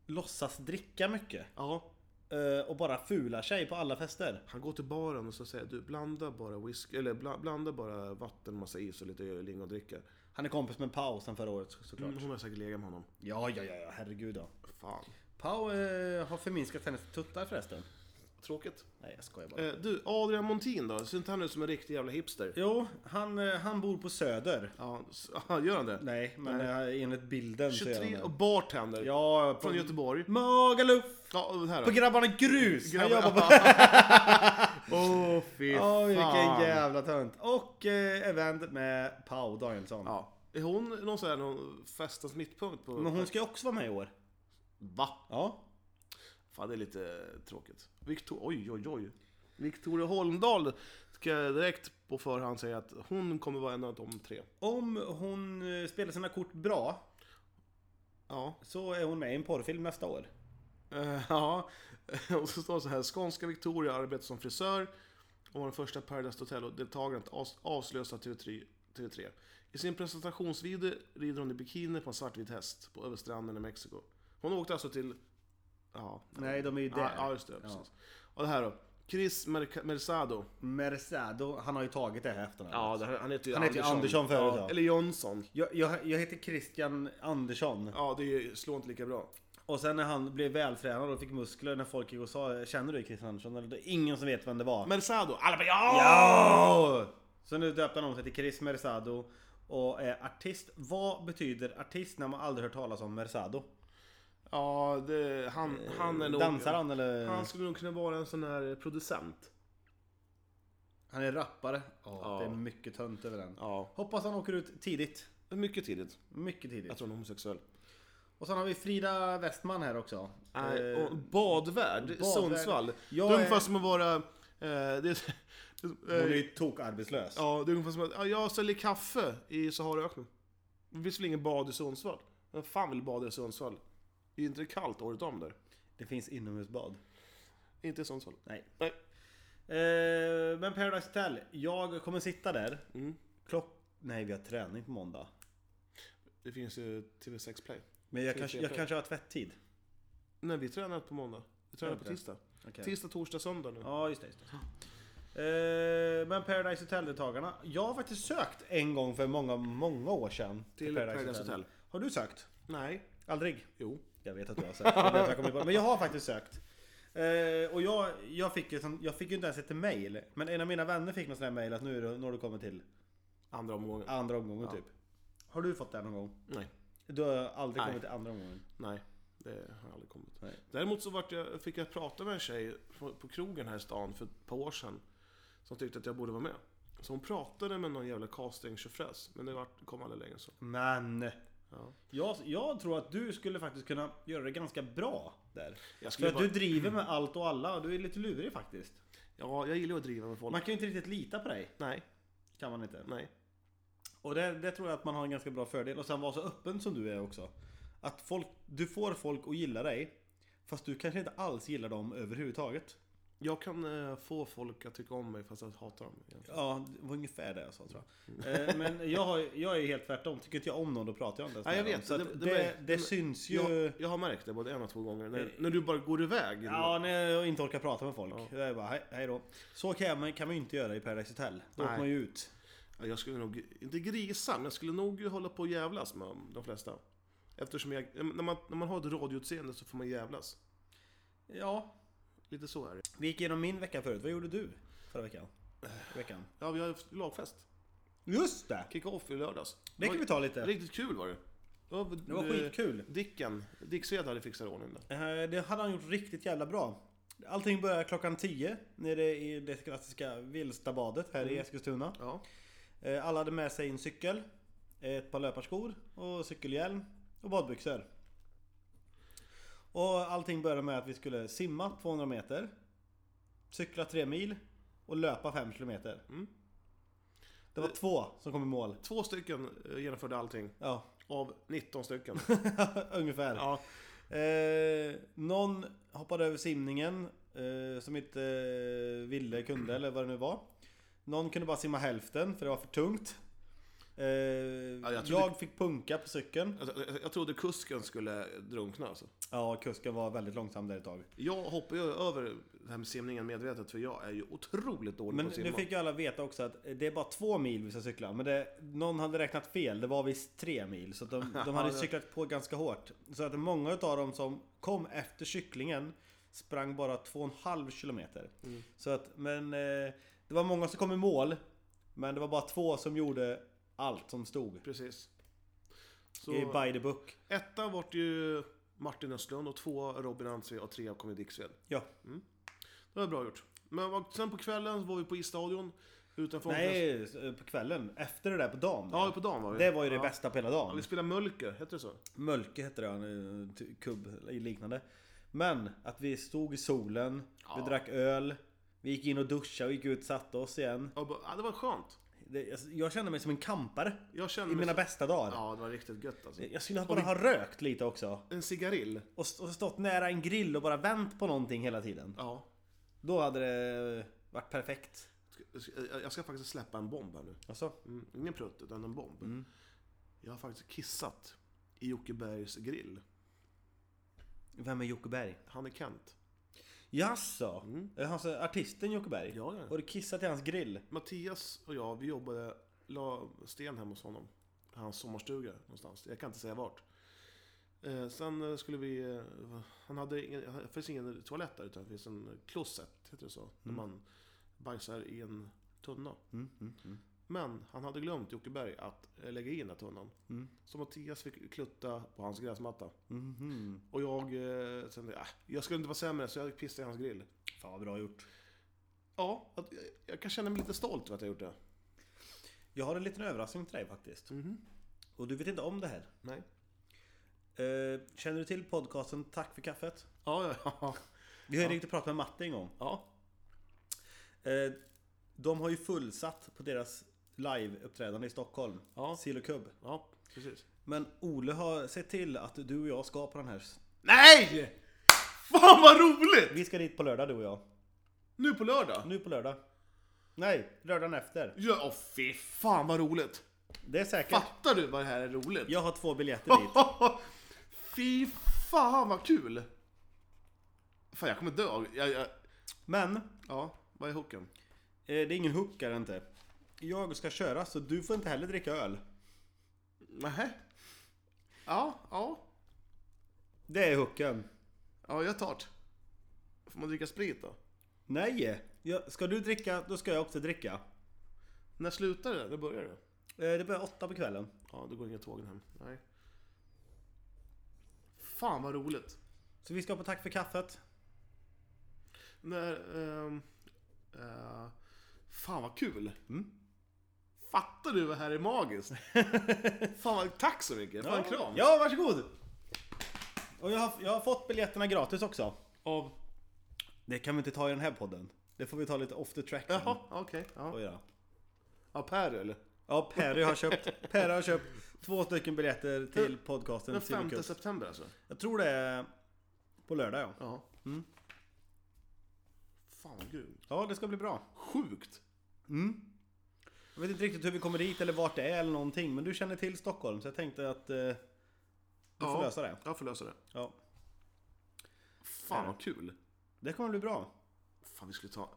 låtsas dricka mycket.
Ja,
eh, Och bara fular sig på alla fester.
han går till baren och så säger du blanda bara whisky, eller bla, blanda bara vatten, massa is och lite lingondricka.
Han är kompis med Pau sen förra året så- såklart.
Hon har säkert legat med honom.
Ja, ja, ja, ja, herregud ja.
Fan.
Pau eh, har förminskat hennes tuttar förresten.
Tråkigt.
Nej, jag skojar bara.
Eh, du, Adrian Montin då? Ser inte han ut som en riktig jävla hipster?
Jo, han, eh, han bor på Söder.
Ja, s- *laughs* gör han det?
Nej, men eh, enligt bilden så är
23 och
han
bartender.
det. Ja, på-
Från Göteborg.
Magaluf!
Ja, och det här
På
då.
Grabbarna Grus! Han jobbar
*laughs*
på...
Åh, fy
Åh,
fan.
vilken jävla tönt! Och eh, event med Pau Danielsson.
Ja. Är hon någon sån här någon festens mittpunkt på...
Men hon ska ju också vara med i år.
Va?
Ja.
Fan, det är lite tråkigt. Victor... Oj, oj, oj. Victoria Holmdahl kan jag direkt på förhand säga att hon kommer vara en av de tre.
Om hon eh, spelar sina kort bra
Ja.
så är hon med i en porrfilm nästa år.
Eh, ja. *laughs* Och så står det så här. Skånska Victoria arbetar som frisör och var den första Paradise Hotel-deltagaren att avs- avslöjas av TV3. TV3. I sin presentationsvideo rider hon i bikini på en svartvit häst på över stranden i Mexiko. Hon åkte alltså till... Ja,
Nej, de är ju
ja,
där.
ja just det. Precis. Och det här då. Chris Merca- Mercado.
Mercedo, han har ju tagit det här efternamnet.
Ja, det här, han heter ju
Han heter ju Andersson förut, ja.
Eller Jonsson.
Jag, jag, jag heter Christian Andersson.
Ja, det är- slår inte lika bra.
Och sen när han blev vältränad och fick muskler när folk gick och sa Känner du Christian Andersson? Eller, Det är ingen som vet vem det var.
Mersado. Alla bara ja!
Ja! Så nu döpte han om sig till Chris Mersado och är artist. Vad betyder artist när man aldrig hört talas om Mersado?
Ja, det, han, han är nog...
Dansar han eller?
Han skulle nog kunna vara en sån här producent.
Han är rappare.
Ja.
ja. Det är mycket tönt över den.
Ja.
Hoppas han åker ut tidigt.
Mycket tidigt.
Mycket tidigt.
Jag tror han är homosexuell.
Och sen har vi Frida Westman här också.
Nej,
Eh,
och badvärd,
badvärd.
Sundsvall.
Jag
det är
är-
ungefär som att vara... Eh, det, är-
hon är
eh,
ju tokarbetslös.
ja, det är ungefär som att ja, jag säljer kaffe i Saharaöknen. Det finns väl ingen bad i Sundsvall? Vem fan vill bada i Sundsvall? Det är inte det kallt året om där.
Det finns inomhusbad.
Inte i Sundsvall.
Nej.
Nej.
Eh, men Paradise Hotel, jag kommer sitta där.
Mm.
Klock... Nej, vi har träning på måndag.
Det finns ju TV6 Play.
Men jag,
Ska vi
kanske,
se
jag
på-
kanske har tvätttid.
Nej, vi tränar på måndag. Vi tränar på
Okej.
tisdag.
Okej.
Tisdag, torsdag, söndag nu.
Ja, just det. Just det. Eh, men Paradise Hotel-deltagarna. Jag har faktiskt sökt en gång för många, många år sedan.
Till Paradise Hotel.
Har du sökt?
Nej.
Aldrig?
Jo.
Jag vet att du har sökt. Jag vet att jag kommer på det. men jag har faktiskt sökt. Eh, och jag, jag, fick ju, sån- jag fick ju inte ens ett mail. Men en av mina vänner fick någon sån här mail att nu är det, när du kommer till
Andra omgången.
andra omgången typ. Har du fått det någon gång?
Nej.
Du har aldrig
Nej.
kommit till andra omgången?
Nej. Det har aldrig kommit.
Nej.
Däremot så vart jag, fick jag prata med en tjej på, på krogen här i stan för ett par år sedan. Som tyckte att jag borde vara med. Så hon pratade med någon jävla casting Men det vart, kom aldrig längre än så.
Men!
Ja.
Jag, jag tror att du skulle faktiskt kunna göra det ganska bra där.
Jag
För
skulle
att
bara,
du driver med allt och alla och du är lite lurig faktiskt.
Ja, jag gillar ju att driva med folk.
Man kan ju inte riktigt lita på dig.
Nej,
Kan man inte.
nej.
Och det, det tror jag att man har en ganska bra fördel. Och sen vara så öppen som du är också. Att folk, du får folk att gilla dig. Fast du kanske inte alls gillar dem överhuvudtaget.
Jag kan eh, få folk att tycka om mig fast jag hatar dem. egentligen.
Ja, det var ungefär det jag sa tror jag. Eh, Men jag, har, jag är ju helt tvärtom. Tycker inte jag om någon då pratar jag inte ens
Nej, jag
med dem.
vet.
Så
Det-
att
det-
det, det,
det-
syns ju...
Jag, jag har märkt det både en och två gånger. När, när du bara går iväg.
Ja, när jag inte orkar prata med folk. Det är bara hej, hej då. Så kan man, kan man ju inte göra i Paradise Hotel. Då
Nej.
åker man ju ut.
Ja, jag skulle nog, inte grisa, men jag skulle nog hålla på och jävlas med de flesta. Eftersom jag, när man, när man har ett radioutseende så får man jävlas.
Ja.
Lite så är det.
Vi gick igenom min vecka förut. Vad gjorde du förra *sighs* veckan? veckan?
Ja, vi har haft lagfest.
Just det!
Kick-off i lördags.
Det kan vi ta lite.
Riktigt kul var det. Det var,
Det var skitkul.
Dicken, Dick Sved hade fixat i ordning det.
Eh, Det hade han gjort riktigt jävla bra. Allting börjar klockan 10 nere i det klassiska Vilstabadet här i Eskilstuna.
Ja.
Eh, Alla hade med sig en cykel, ett par löparskor och cykelhjälm och badbyxor. Och allting började med att vi skulle simma 200 meter, cykla 3 mil och löpa 5 kilometer. Det var två som kom i mål.
Två stycken eh, genomförde allting.
Ja, *laughs*
Av 19 stycken.
ungefär.
ja.
Eh, någon hoppade över simningen eh, som inte eh, ville, kunde eller vad det nu var. Någon kunde bara simma hälften för det var för tungt. Eh,
jag
jag,
trodde-
fick punka på cykeln.
jag, Alltså, eh, jag, jag trodde kusken skulle drunkna alltså.
Ja, kusken var väldigt långsam där ett tag.
Jag hoppar ju över den här simningen medvetet för jag är ju otroligt dålig
Men
på att simma.
nu fick ju alla veta också att det är bara två mil vi ska cykla. Men det, någon hade räknat fel. Det var visst tre mil. Så att
*laughs*
de, de hade cyklat på ganska hårt. Så att många av dem som kom efter cyklingen sprang bara två och en halv kilometer.
Mm.
Så att, men eh, det var många som kom i mål. Men det var bara två som gjorde allt som stod.
Precis. Så...
I by the book.
Etta vart ju Martin Östlund och två Robin Antsved och tre kom i Dicksved.
Ja.
Det var bra gjort. Men vad- sen på kvällen var vi på isstadion utanför Ångest-
Nej, eh, på kvällen. Efter det där på dagen.
Ja, på dagen var vi.
det var ju det
ja.
bästa på hela dagen.
Ja, vi spelade Mölker, hette det så?
Mölke hette det, en eh, t- kubb eller liknande. Men att vi stod i solen, vi drack öl, Vi gick in och duschade och gick ut och satte oss igen.
Och bara, ja, det var skönt.
Det, jag- jag kände mig som en kampare.
Jag kände
I
mig
mina
så-
bästa dagar.
Ja, det var riktigt gött alltså.
Jag skulle bara ha rökt lite också.
En cigarill.
Och, st- och stått nära en grill och bara vänt på någonting hela tiden.
Ja.
Då hade det eh, varit perfekt.
Jag ska faktiskt släppa en bomb här nu.
Alltså,
Mm, ingen prutt, utan en bomb.
Mm.
Jag har faktiskt kissat i Jockebergs grill.
vem är Jocke Berg?
Han är Kent.
Jaså? Alltså, artisten Jocke Berg?
Mm. Ja, ja.
Har du kissat i hans grill?
Mattias och jag, vi jobbade, la sten hemma hos honom. Hans sommarstuga någonstans. Jag kan inte säga vart. Eh, sen eh, skulle vi... Eh, han hade ingen, det finns ingen toalett där utan det finns en klosett, heter det så? När man bajsar i en tunna. Men han hade glömt i Åkerberg att eh, lägga in den här tunnan. Så Mattias fick klutta på hans gräsmatta. Och jag... Eh, sen, äh, jag skulle inte vara sämre så jag pissade i hans grill.
Fan vad bra gjort.
Ja, att, jag, jag kan känna mig lite stolt över att jag gjort det.
Jag har en liten överraskning till dig faktiskt.
Mhm.
Och du vet inte om det här.
Nej.
Eh, känner du till podcasten Tack för kaffet?
Ja, ja, ja.
Vi har ju ringt och pratat med Matte en gång.
ja.
Eh, de har ju fullsatt på deras live-uppträdande i Stockholm.
Ja.
Sill och kubb.
Ja, precis.
Men Ole har sett till att du och jag ska på den här.
Nej! Fan vad roligt!
Vi ska dit på lördag du och jag.
Nu på lördag?
Nu på lördag. Nej, lördagen efter.
Ja, åh, fy fan vad roligt!
Det är säkert.
Fattar du vad det här är roligt?
Jag har två biljetter dit.
*laughs* fy fan vad kul! Fan jag kommer dö. Jag, jag,
Men eh,
ja, vad är hooken?
det är ingen hook är det inte. Jag ska köra så du får inte heller dricka öl.
Nähä? Ja, ja.
Det är hooken.
Ja, jag tar det. Får man dricka sprit då?
Nej! Jag, ska du dricka, då ska jag också dricka.
När slutar det? När börjar det?
Eh, Det börjar åtta på kvällen.
Ja, då går inga tågen hem. Nej. Fan vad roligt!
Så vi ska på Tack för kaffet.
När... ehm, eh, fan vad kul!
Mm.
Fattar du vad här
*laughs*
är magiskt? fan vad, tack så mycket! Fan kram!
Ja, varsågod! Och jag har, jag har fått biljetterna gratis också.
Av...
Det kan vi inte ta i den här podden. Det får vi ta lite off the track Mm. sen.
Jaha, okej.
och
Ja.
göra.
Av Per eller?
Ja, Perry har köpt, Perry har köpt två stycken biljetter till podcasten
Den 5
Silverkupp.
september alltså?
Jag tror det är på lördag ja.
Ja.
Mm.
Fan vad grymt.
Ja, det ska bli bra.
Sjukt!
Jag vet inte riktigt hur vi kommer dit eller vart det är eller någonting. Men du känner till Stockholm så jag tänkte att eh, du får lösa det.
Jag får lösa det.
Ja.
Fan vad kul!
Det kommer bli bra.
Fan vi skulle ta...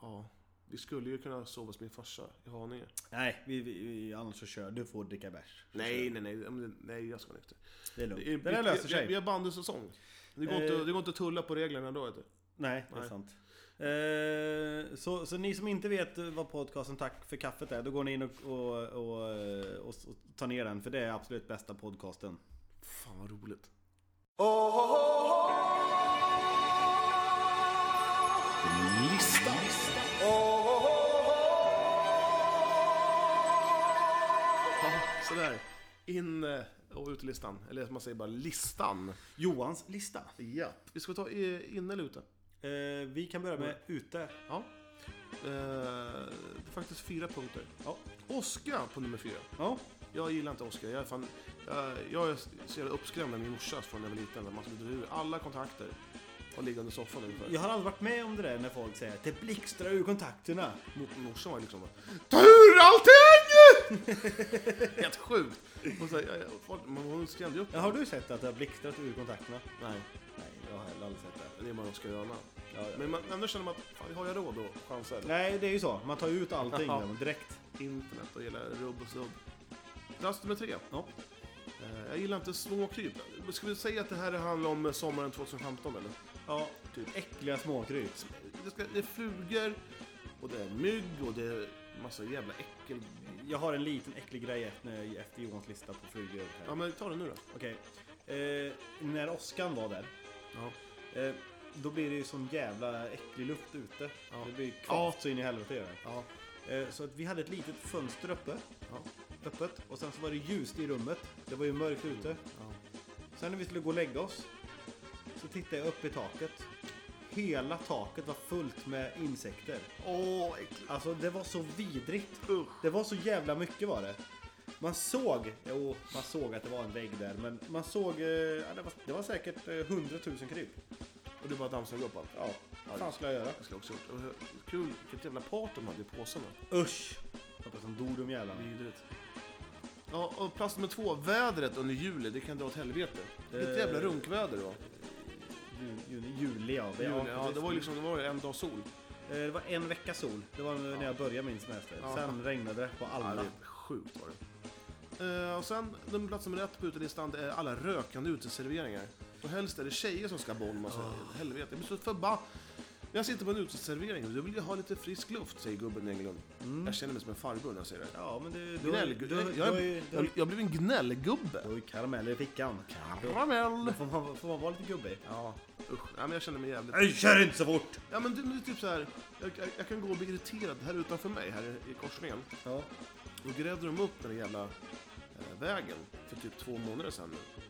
Ja. Vi skulle ju kunna sova hos min farsa i Haninge.
Nej, vi, vi, vi, annars så kör du får dricka bärs.
Nej, nej, nej. ja, men det- Nej, jag ska nykter.
Det är lugnt.
Det är-
Det där löser
vi- vi- Vi
sig.
har bandysäsong. Det går, inte,
Eh.
det går inte att tulla på reglerna då. Vet du.
Nej, det är
Nej.
sant. Eh, så, så ni som inte vet vad podcasten Tack för kaffet är, då går ni in och, och, och, eh, och, s- och tar ner den. För det är absolut bästa podcasten.
Fan vad roligt. Ja, sådär. In eh, och utelistan. Eller som man säger bara listan.
Johans lista.
Ja. Vi ska ta eh, in eller ute.
Eh, vi kan börja med ute.
Ja. Eh, Det är faktiskt fyra punkter. Ja. Oskar på nummer fyra.
Ja.
Jag gillar inte Oscar. Jag är, fan, jag, jag är så jävla uppskrämd med min morsa från när jag var liten. När man skulle dra ur alla kontakter och ligga under soffan ungefär.
Jag har aldrig varit med om det där när folk säger att det blixtrar ur kontakterna.
Mor- Morsan var ju liksom bara, Ta ur allting! *laughs* Helt sjukt! Och så, jag, jag, folk- man, hon skrämde ju upp
Ja, har du sett att det har blixtrat ur kontakterna?
Nej,
Nej, jag har heller aldrig sett det.
det är bara Oscar Öhman.
Ja, ja.
Men man, ändå känner man att, fan, har jag råd och chanser?
Nej, det är ju så. Man tar ju ut allting
Ja.
där, direkt.
Internet och hela rubb och stubb. Plats nummer tre.
Ja.
Eh, Jag gillar inte småkryp. Ska vi säga att det här handlar om eh, sommaren 2015 eller?
Ja,
Typ.
äckliga småkryp.
Det, ska, det är flugor och det är mygg och det är massa jävla äckel...
Jag har en liten äcklig grej efter efter Johans lista på flugor. här.
Ja men ta det nu då.
Okej. Eh, när åskan var där,
Ja.
eh, då blir det ju sån jävla äcklig luft ute.
Ja.
Det blir kvavt så in i helvete gör det.
Ja.
Eh, Så att vi hade ett litet fönster uppe,
Ja.
öppet och sen så var det ljust i rummet. Det var ju mörkt ute.
ja.
Sen när vi skulle gå och lägga oss så tittade jag upp i taket. Hela taket var fullt med insekter.
Åh, vad äckligt.
Alltså det var så vidrigt.
Usch.
Det var så jävla mycket var det. Man såg, jo man såg att det var en vägg där men man såg, eh, ja, det, var, det var säkert eh, 100 000 kryp.
Och du bara dammsög upp allt?
Ja, vad fan skulle jag göra?
Det skulle jag också gjort. Och hur- Kul, vilket jävla part de hade i påsarna.
Usch! Hoppas de dog de jävlarna.
Vidrigt. Ja, och plats nummer två. Vädret under juli, det kan dra åt helvete. Vilket
Eh,
jävla runkväder det var.
Ju- Juni, juli ja.
Juli,
ja,
ja,
precis.
det var ju liksom, det var ju en dag sol.
Eh, Det var en vecka sol. Det var när jag började min semester.
Ja.
Sen regnade det på
Ja,
alla.
det är sjukt var det. Eh, och sen, den plats nummer ett på utelistan, det är alla rökande uteserveringar. Och helst är det tjejer som ska ha boll massa
Ah.
Helvete, jag blir så förbannad. Jag sitter på en uteservering och du vill ju ha lite frisk luft, säger gubben i Englund. Jag känner mig som en farbror när jag säger det.
Ja men du... Mm. du, har ju-
Gnällgu-
du, har- du,
jag,
har
jag,
ju-
jag,
du, har ju-
jag blev en gnällgubbe.
du har ju karameller i fickan.
Karamell!
Får man, får man vara lite gubbig?
Ja, usch. Ja, men jag känner mig jävligt...
Nej, kör inte så fort!
Ja, men det, men det är typ så här. Jag, jag, jag kan gå och bli irriterad här utanför mig, här i- i korsningen.
Ja.
Då grävde de upp den där jävla eh, vägen för typ två månader sedan nu.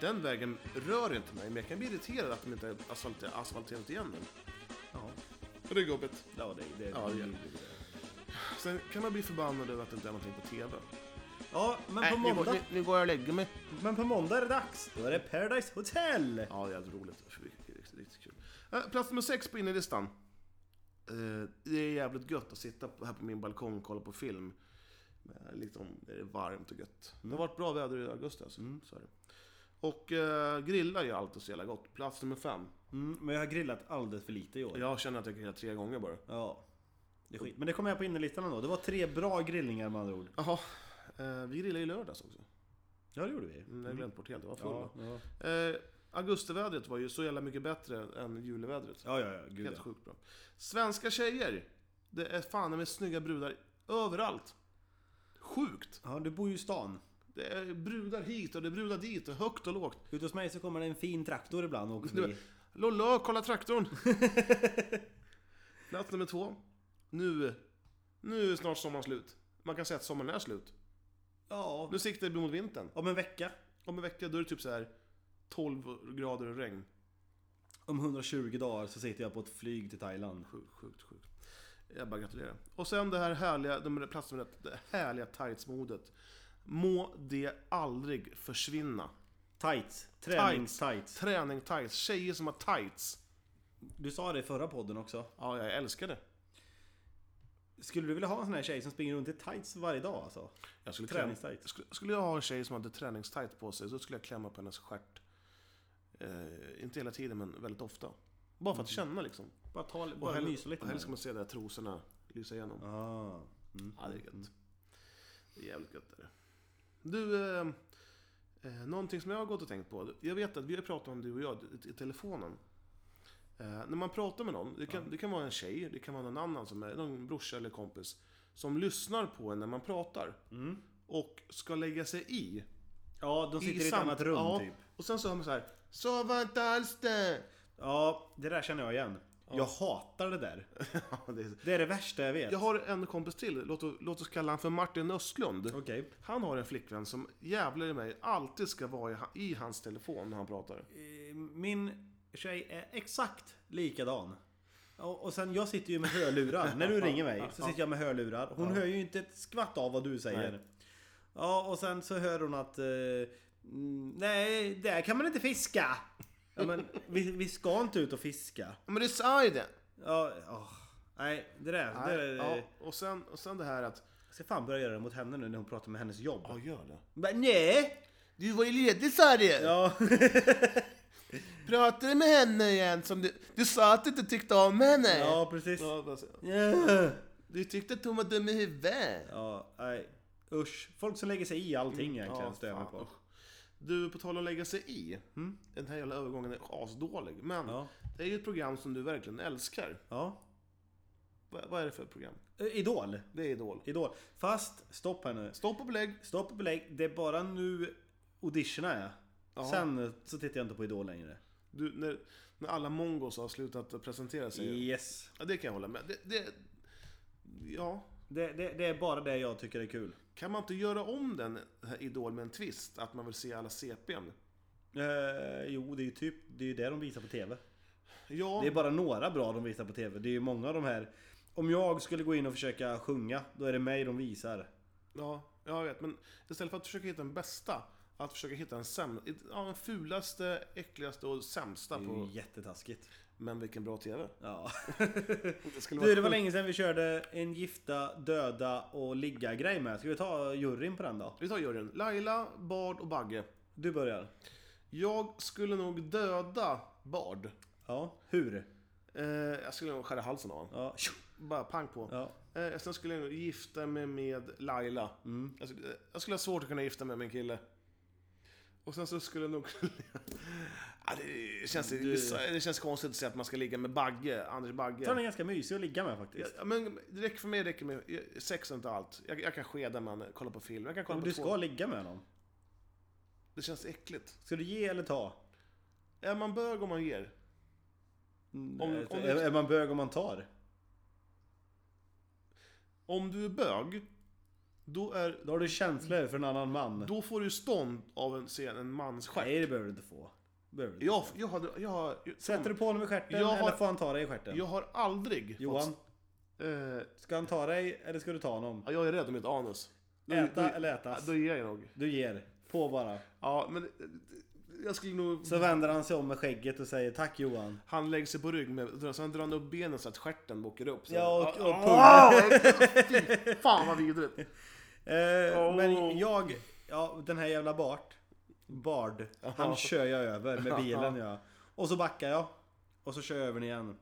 Den vägen rör inte mig, men jag kan bli irriterad att de inte asfalter, asfalterat igen den.
Ja,
Och det är jobbigt.
ja det, det,
Ja, det är Sen kan man bli förbannad över att det inte är någonting på TV.
ja men, på
nu,
måndag,
går- nu, nu går jag och lägger mig.
men på måndag är det dags. Då är det Paradise Hotel!
Ja, det är jävligt roligt. Fy, det är Riktigt, riktigt kul. Eh, Plats nummer sex på innerlistan. Eh, Det är jävligt gött att sitta på- här på min balkong och kolla på film. Eh, Liksom, det är varmt och gött. Det har varit bra väder i augusti alltså.
Mm.
Så är det. Och eh, grilla gör alltid så jävla gott. Plats nummer fem.
Mm, men jag har grillat alldeles för lite i år.
Jag känner att jag grillar tre gånger bara.
Ja. Det är skit. Men det kom med på innerlistan ändå. Det var tre bra grillningar med andra ord.
Jaha, eh, vi grillade i lördags också.
Ja, det gjorde vi.
Mm, Jag har glömt bort helt, jag var full.
Ja,
va?
ja.
Eh, augustivädret var ju så jävla mycket bättre än julvädret.
ja, ja, ja gud
Helt
ja.
sjukt bra. Svenska tjejer. Det är fan med snygga brudar överallt. Sjukt.
ja. Du bor ju i stan.
Det är brudar hit och det är brudar dit och högt och lågt.
Ute hos mig så kommer det en fin traktor ibland och åker
Du,
förbi.
Lollo, kolla traktorn! *laughs* Plats nummer två. Nu, nu är snart sommaren slut. Man kan säga att sommaren är slut.
Ja,
Nu siktar vi mot vintern.
om en vecka.
Om en vecka då är det typ så här 12 grader och regn.
Om 120 dagar så sitter jag på ett flyg till Thailand.
Sjukt, sjukt, sjukt. Jag bara gratulerar. Och sen det här härliga, de plats nummer ett, det härliga tightsmodet. Må det aldrig försvinna.
Tights. Träningstights.
Träning tights, tjejer som har tights.
Du sa det i förra podden också.
Ja, jag älskar det.
Skulle du vilja ha en sån här tjej som springer runt i tights varje dag alltså?
Jag skulle,
Träningstights.
Skulle, skulle jag ha en tjej som hade träningstight på sig så skulle jag klämma på hennes stjärt. Eh, inte hela tiden, men väldigt ofta. Bara för att känna liksom.
Bara, ta,
Och
bara mysa
hel-
lite
och
med
helst ska man se där trosorna lysa igenom.
den. ah.
Ja, det är gött. Mm. Det är jävligt gött. Är det. Du, eh, eh, någonting som jag har gått och tänkt på. Jag vet att vi har pratat om du och jag i- i telefonen. Eh, när man pratar med någon, det kan, det kan vara en tjej, det kan vara någon annan som är någon brorsa eller kompis. Som lyssnar på en när man pratar. Och ska lägga sig i.
Ja, de sitter i ett
sam-
annat rum
ja,
typ.
Och sen så hör man så här. Sova inte alls det!
Ja, det där känner jag igen. Jag hatar det där.
Ja, det är...
Det är det värsta jag vet.
Jag har en kompis till, låt, o- låt oss kalla honom för Martin Östlund.
Okej.
Han har en flickvän som jävlar i mig alltid ska vara i, ha- i hans telefon när han pratar.
Eh, Min tjej är exakt likadan. Och, och sen, jag sitter ju med hörlurar. När
*laughs*
du ringer mig så sitter jag med hörlurar. Hon hör ju inte ett skvatt av vad du säger.
Nej.
Ja, och sen så hör hon att... Eh, mm, nej, där kan man inte fiska. Ja, men vi, vi ska inte ut och fiska.
Men du sa ju det!
Ja, åh. Nej, det där. Det där
Ja, och, sen, och sen det här att...
Jag ska fan börja göra det mot henne nu när hon pratar med hennes jobb.
Ja, gör det.
Men nej!
Du var ju ledig sa du
Ja.
Pratade med henne igen som du... Du sa att du inte tyckte om henne!
ja, precis.
Ja, alltså,
Ja.
Du tyckte att hon var dum i huvudet!
Ja, nej. Usch. Folk som lägger sig i allting egentligen
Mm. Ja,
stör jag mig
fan,
på.
usch. Du, på tal om att lägga sig i. hm? Den här jävla övergången är asdålig. Men
Ja.
det är ju ett program som du verkligen älskar.
Ja.
Va, vad är det för program?
Ö, Idol.
Det är Idol.
Idol. Fast, stopp här nu.
Stopp och belägg.
Stopp och belägg. Det är bara nu auditionerna är. Sen så tittar jag inte på Idol längre.
Du, när, när alla mongos har slutat presentera sig.
Yes.
Ja, det kan jag hålla med. Det, det, ja.
Det, det, det är bara det jag tycker är kul.
Kan man inte göra om den här Idol med en twist? Att man vill se alla CPn?
Eh, jo, det är ju typ det, är ju det de visar på TV.
Ja,
Det är bara några bra de visar på TV. Det är ju många av de här. Om jag skulle gå in och försöka sjunga, då är det mig de visar.
ja, jag vet. Men istället för att försöka hitta den bästa, att försöka hitta den, säm- ja, den fulaste, äckligaste och sämsta
Det är ju
på...
jättetaskigt.
Men vilken bra TV.
Ja.
Det skulle
Du, det var
sjukt.
länge sedan vi körde en gifta, döda och ligga grej med. Ska vi ta juryn på den då?
Vi tar juryn. Laila, Bard och Bagge.
Du börjar.
Jag skulle nog döda Bard.
Ja, hur?
Eh, jag skulle nog skära halsen av honom.
Ja, tjo.
Bara pang på.
ja.
Eh, sen skulle jag nog gifta mig med Laila.
Mm.
Jag, skulle, eh, jag skulle ha svårt att kunna gifta mig med en kille. Och sen så skulle jag nog... *laughs* ja, det, känns, det, känns konstigt att säga att man ska ligga med Bagge, Anders Bagge.
Jag tror den är ganska mysig att ligga med faktiskt.
Ja, men det räcker för mig räcker med sex och inte allt. Jag, jag kan skeda man kolla på film. Jag kan kolla
Om
på
du
två-
ska ligga med någon.
Det känns äckligt.
Ska du ge eller ta?
Är man bög om man ger?
Mm,
Om-
eh,
om
är,
du-
är man bög om man tar?
Om du är bög, då, är,
Då har du känslor för en annan man.
då får du stånd av en, se, en mans stjärt.
Nej, det behöver du inte få. Behöver du inte.
Jag, jag, har, jag, har,
Sätter du på honom i stjärten
Jag har-
eller får han ta dig i stjärten?
jag har aldrig
Johan,
fått... Eh,
ska han ta dig eller ska du ta honom?
Ja, jag är rädd om mitt anus. Då-
Äta
då-
eller ätas?
Då ger jag nog.
Du ger. På bara.
Ja, men eh, jag skulle nog...
Så vänder han sig om med skägget och säger tack Johan.
Han lägger sig på rygg med... Så han drar upp benen så att stjärten åker upp. Så.
Ja, och- och
pungen. Fy fan vad vidrigt.
Eh,
Åh.
Men jag, ja den här jävla Bart. Bard. Han
Ja.
kör jag över med bilen
*laughs* Ja.
ja. Och så backar jag. Och så kör jag över den igen.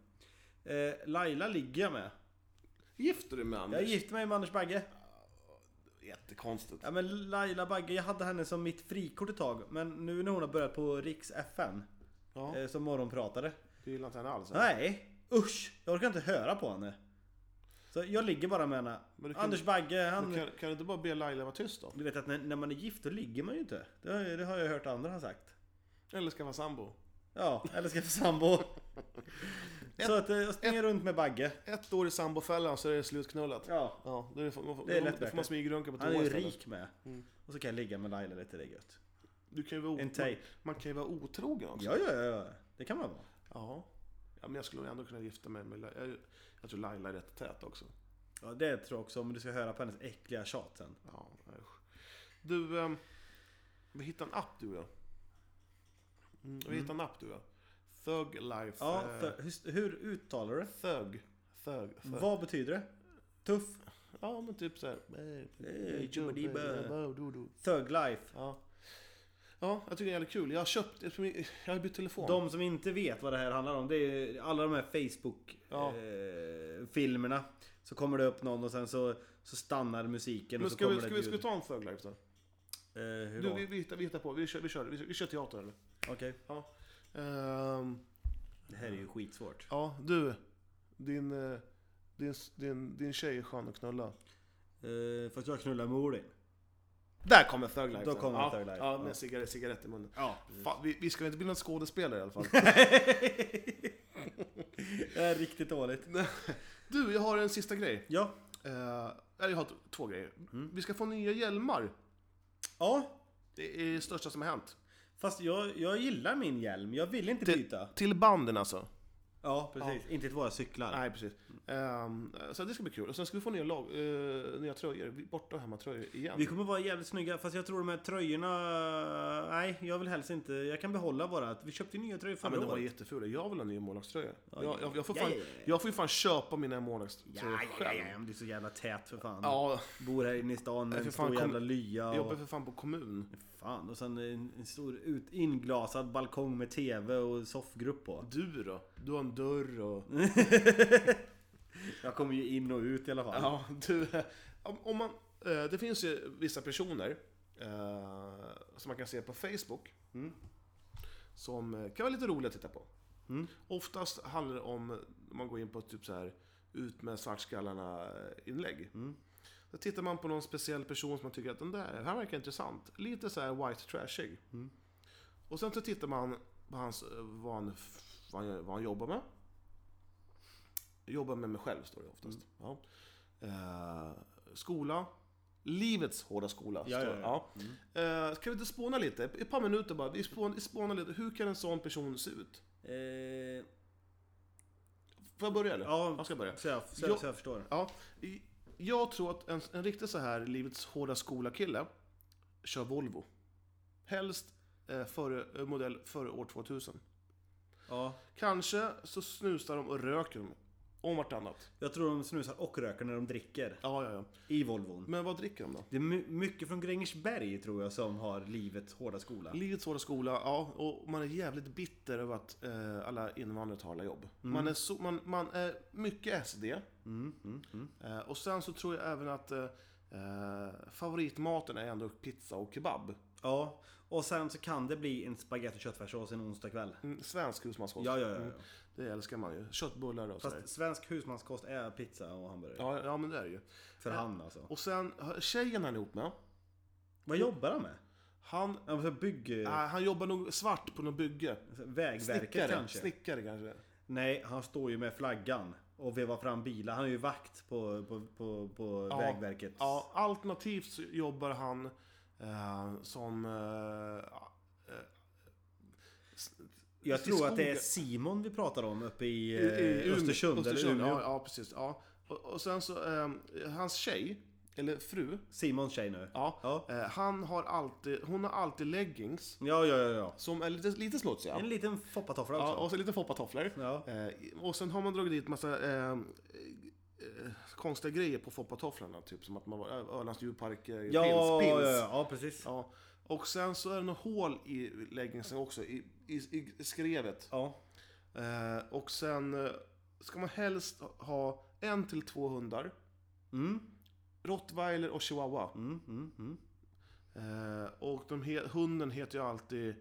Eh, Laila ligger jag med.
Gifter du med Anders?
Jag gifte mig med Anders Bagge.
Jättekonstigt.
Ja men Laila Bagge, jag hade henne som mitt frikort ett tag. Men nu när hon har börjat på Riks FM.
Ja.
Eh, som morgonpratare.
Du gillar inte henne alls? eller?
Nej, usch! Jag orkar inte höra på henne. Så jag ligger bara med henne.
Men du kan-
Anders Bagge, han...
Men Kan, kan du inte bara be Laila vara tyst då?
Du vet att när, när man är gift då ligger man ju inte. Det har, jag- det har jag hört andra ha sagt.
Eller skaffa sambo?
Ja, eller skaffa sambo. så att eh, jag springer runt med Bagge.
Ett år i sambofällan så är det slutknullat.
Ja.
Ja, då är det, man, får-
Det är
då
lätt värt
får- då får
det.
man smygrunka på
Han är
toa
ju
istället. Mm.
rik med. Och så kan jag ligga med Laila lite, det är gött.
Du kan ju vara, o-
En tejp.
man, man kan ju vara otrogen också.
Ja, ja, ja, ja. Det kan man vara.
Ja. ja, men jag skulle nog ändå kunna gifta mig med Laila. Jag, jag tror Laila är rätt tät också.
Ja, det tror jag också, men du ska höra på hennes äckliga tjat sen.
Ja, usch. Du, ehm, vi hittade en app du och jag. Mm, vi hittade en app du och jag. Thug Life.
Ja,
eh,
för, hur, hur uttalar du det?
Thug. Thug. thug.
Vad betyder det? Tuff?
Ja, men typ såhär.
tjobadiba. Thug life?
Ja. ja, jag tycker det är jävligt kul. Jag har köpt, jag har bytt telefon.
De som inte vet vad det här handlar om, det är ju alla de här
Ja.
Facebook-filmerna. så kommer det upp någon och sen så, så stannar musiken
men
och så
ska
kommer
vi, ska,
det
vi,
ett
ska vi
ljud.
ta en Thug Life
Eh,
då?
hur
Du,
då?
vi, vi, hittar, vi hittar på. Vi kör, vi kör, vi kör, vi kör teater eller?
Okej.
Ja. Ehm,
Det här är ju skitsvårt.
ja, du. Din, eh, din, din, din tjej är skön att knulla.
Uh, fast jag knullar med Olin.
Där kommer Thug Life.
Då kommer
ja,
Thug Life,
Ja,
ja.
med cigarett, cigarett i munnen.
Ja.
Fan, vi, vi ska väl inte bli någon skådespelare i alla fall.
*laughs*
*laughs*
det är riktigt
*laughs*
dåligt.
du, jag har en sista grej.
Ja.
Eh, eller jag har t- två grejer.
Mm.
Vi ska få nya hjälmar.
Ja.
Det är det största som har hänt.
Fast jag, jag gillar min hjälm. Jag vill inte byta.
Till banden alltså.
Ja, precis. Inte till våra cyklar.
Nej, precis. Ehm, så det ska bli kul. Och sen ska vi få nya, lag, eh, nya tröjor. Vi- Borta och hemmatröjor igen.
Vi kommer vara jävligt snygga, fast jag tror de här tröjorna... Nej, jag vill helst inte... Jag kan behålla bara. Vi köpte ju nya tröjor
Ja,
förra
men de var
året.
jättefula. Jag vill ha nya målvaktströjor.
Ja,
jag, jag, jag, får
ja,
fan,
ja, ja, ja.
jag får ju fan köpa mina
Ja,
målvaktströjor
ja, ja,
själv.
ja, men det är så jävla tät för fan.
Ja,
Bor här inne i stan med
Nej, för
en
fan,
stor
kom-
jävla lya
jag
och...
jobbar för fan på kommun.
Fan, och sen en, en stor ut, inglasad balkong med TV och soffgrupp på.
Du då? Du har en dörr och...
Jag kommer ju in och ut i alla fall.
*laughs* Ja, du, om, om man, eh, det finns ju vissa personer eh, som man kan se på Facebook som eh, kan vara lite roliga att titta på. Oftast handlar det om, om man går in på typ så här ut med svartskallarna-inlägg. Då tittar man på någon speciell person som man tycker att den där, han verkar intressant. Lite så här white trashig. Och sen så tittar man på hans, eh, vad, han, f- vad, han, vad han jobbar med. Jobbar med mig själv, står det oftast.
Mm.
Ja. Eh, skola. Livets hårda skola.
Ja,
står det.
ja, Mm.
Eh, kan vi inte spåna lite? Ett par minuter bara. Vi spånar, spånar lite. Hur kan en sån person se ut?
Eh,
Får jag börja eller?
Ja,
jag ska börja.
Så jag, så,
Jo.
så jag förstår.
Ja, i- jag tror att en, en riktig så här livets hårda skola-kille kör Volvo. Helst eh, före, eh, modell före år 2000.
Ja.
Kanske så snusar de och röker de om vartannat.
Jag tror de snusar och röker när de dricker.
Ja, ja, ja.
I Volvon.
Men vad dricker de då?
Det är my- mycket från Grängesberg tror jag som har livets hårda skola.
Livets hårda skola, ja, och man är jävligt bitter över att eh, alla invandrare tar alla jobb. Man, är så, man, man är mycket SD. Eh, och sen så tror jag även att eh, eh, favoritmaten är ändå pizza och kebab.
Ja. Och sen så kan det bli en spagetti och köttfärssås en onsdag kväll.
Mm, svensk husmanskost.
Ja, ja, ja. ja.
Mm, Det älskar man ju. Köttbullar och sådär.
Fast svensk husmanskost är pizza och hamburgare.
Ja, ja, men det är det ju.
För han alltså.
Och sen eh, tjejen han är ihop med.
Vad jobbar han med?
Han,
Ja, men så här bygg...
äh, han jobbar nog svart på något bygge.
Vägverket
Snickare
kanske?
Snickare kanske.
Nej, han står ju med flaggan och vevar fram bilar. Han är ju vakt på, på, på, på
Ja,
Vägverket.
Ja, alternativt så jobbar han eh, som... Eh, ja, eh, s-
Jag
i
tror att det är
skogen.
Simon vi pratar om uppe i,
I- i
eh,
Umeå-
Östersund, eller Umeå.
Ja, ja precis. Ja. Och, och sen så, eh, hans tjej, eller fru,
Simons tjej nu.
ja,
Ja.
Eh, han har alltid, hon har alltid leggings
Ja, ja, ja. ja.
som är lite, lite smutsiga.
En liten foppatoffla också.
Ja, och så lite foppatofflor.
Ja.
Eh, och sen har man dragit dit massa eh, eh, konstiga grejer på foppatofflorna. Typ som att man var Ö- Ölands djurpark, eh,
ja,
pins.
ja,
pins.
ja, ja, precis. Ja.
Ja. Och sen så är det något hål i leggingsen också, i, i, i skrevet. Eh, och sen eh, ska man helst ha en till två hundar.
Mm,
Rottweiler och chihuahua.
mm, mm, mm.
Eh, och de he- hunden heter ju alltid...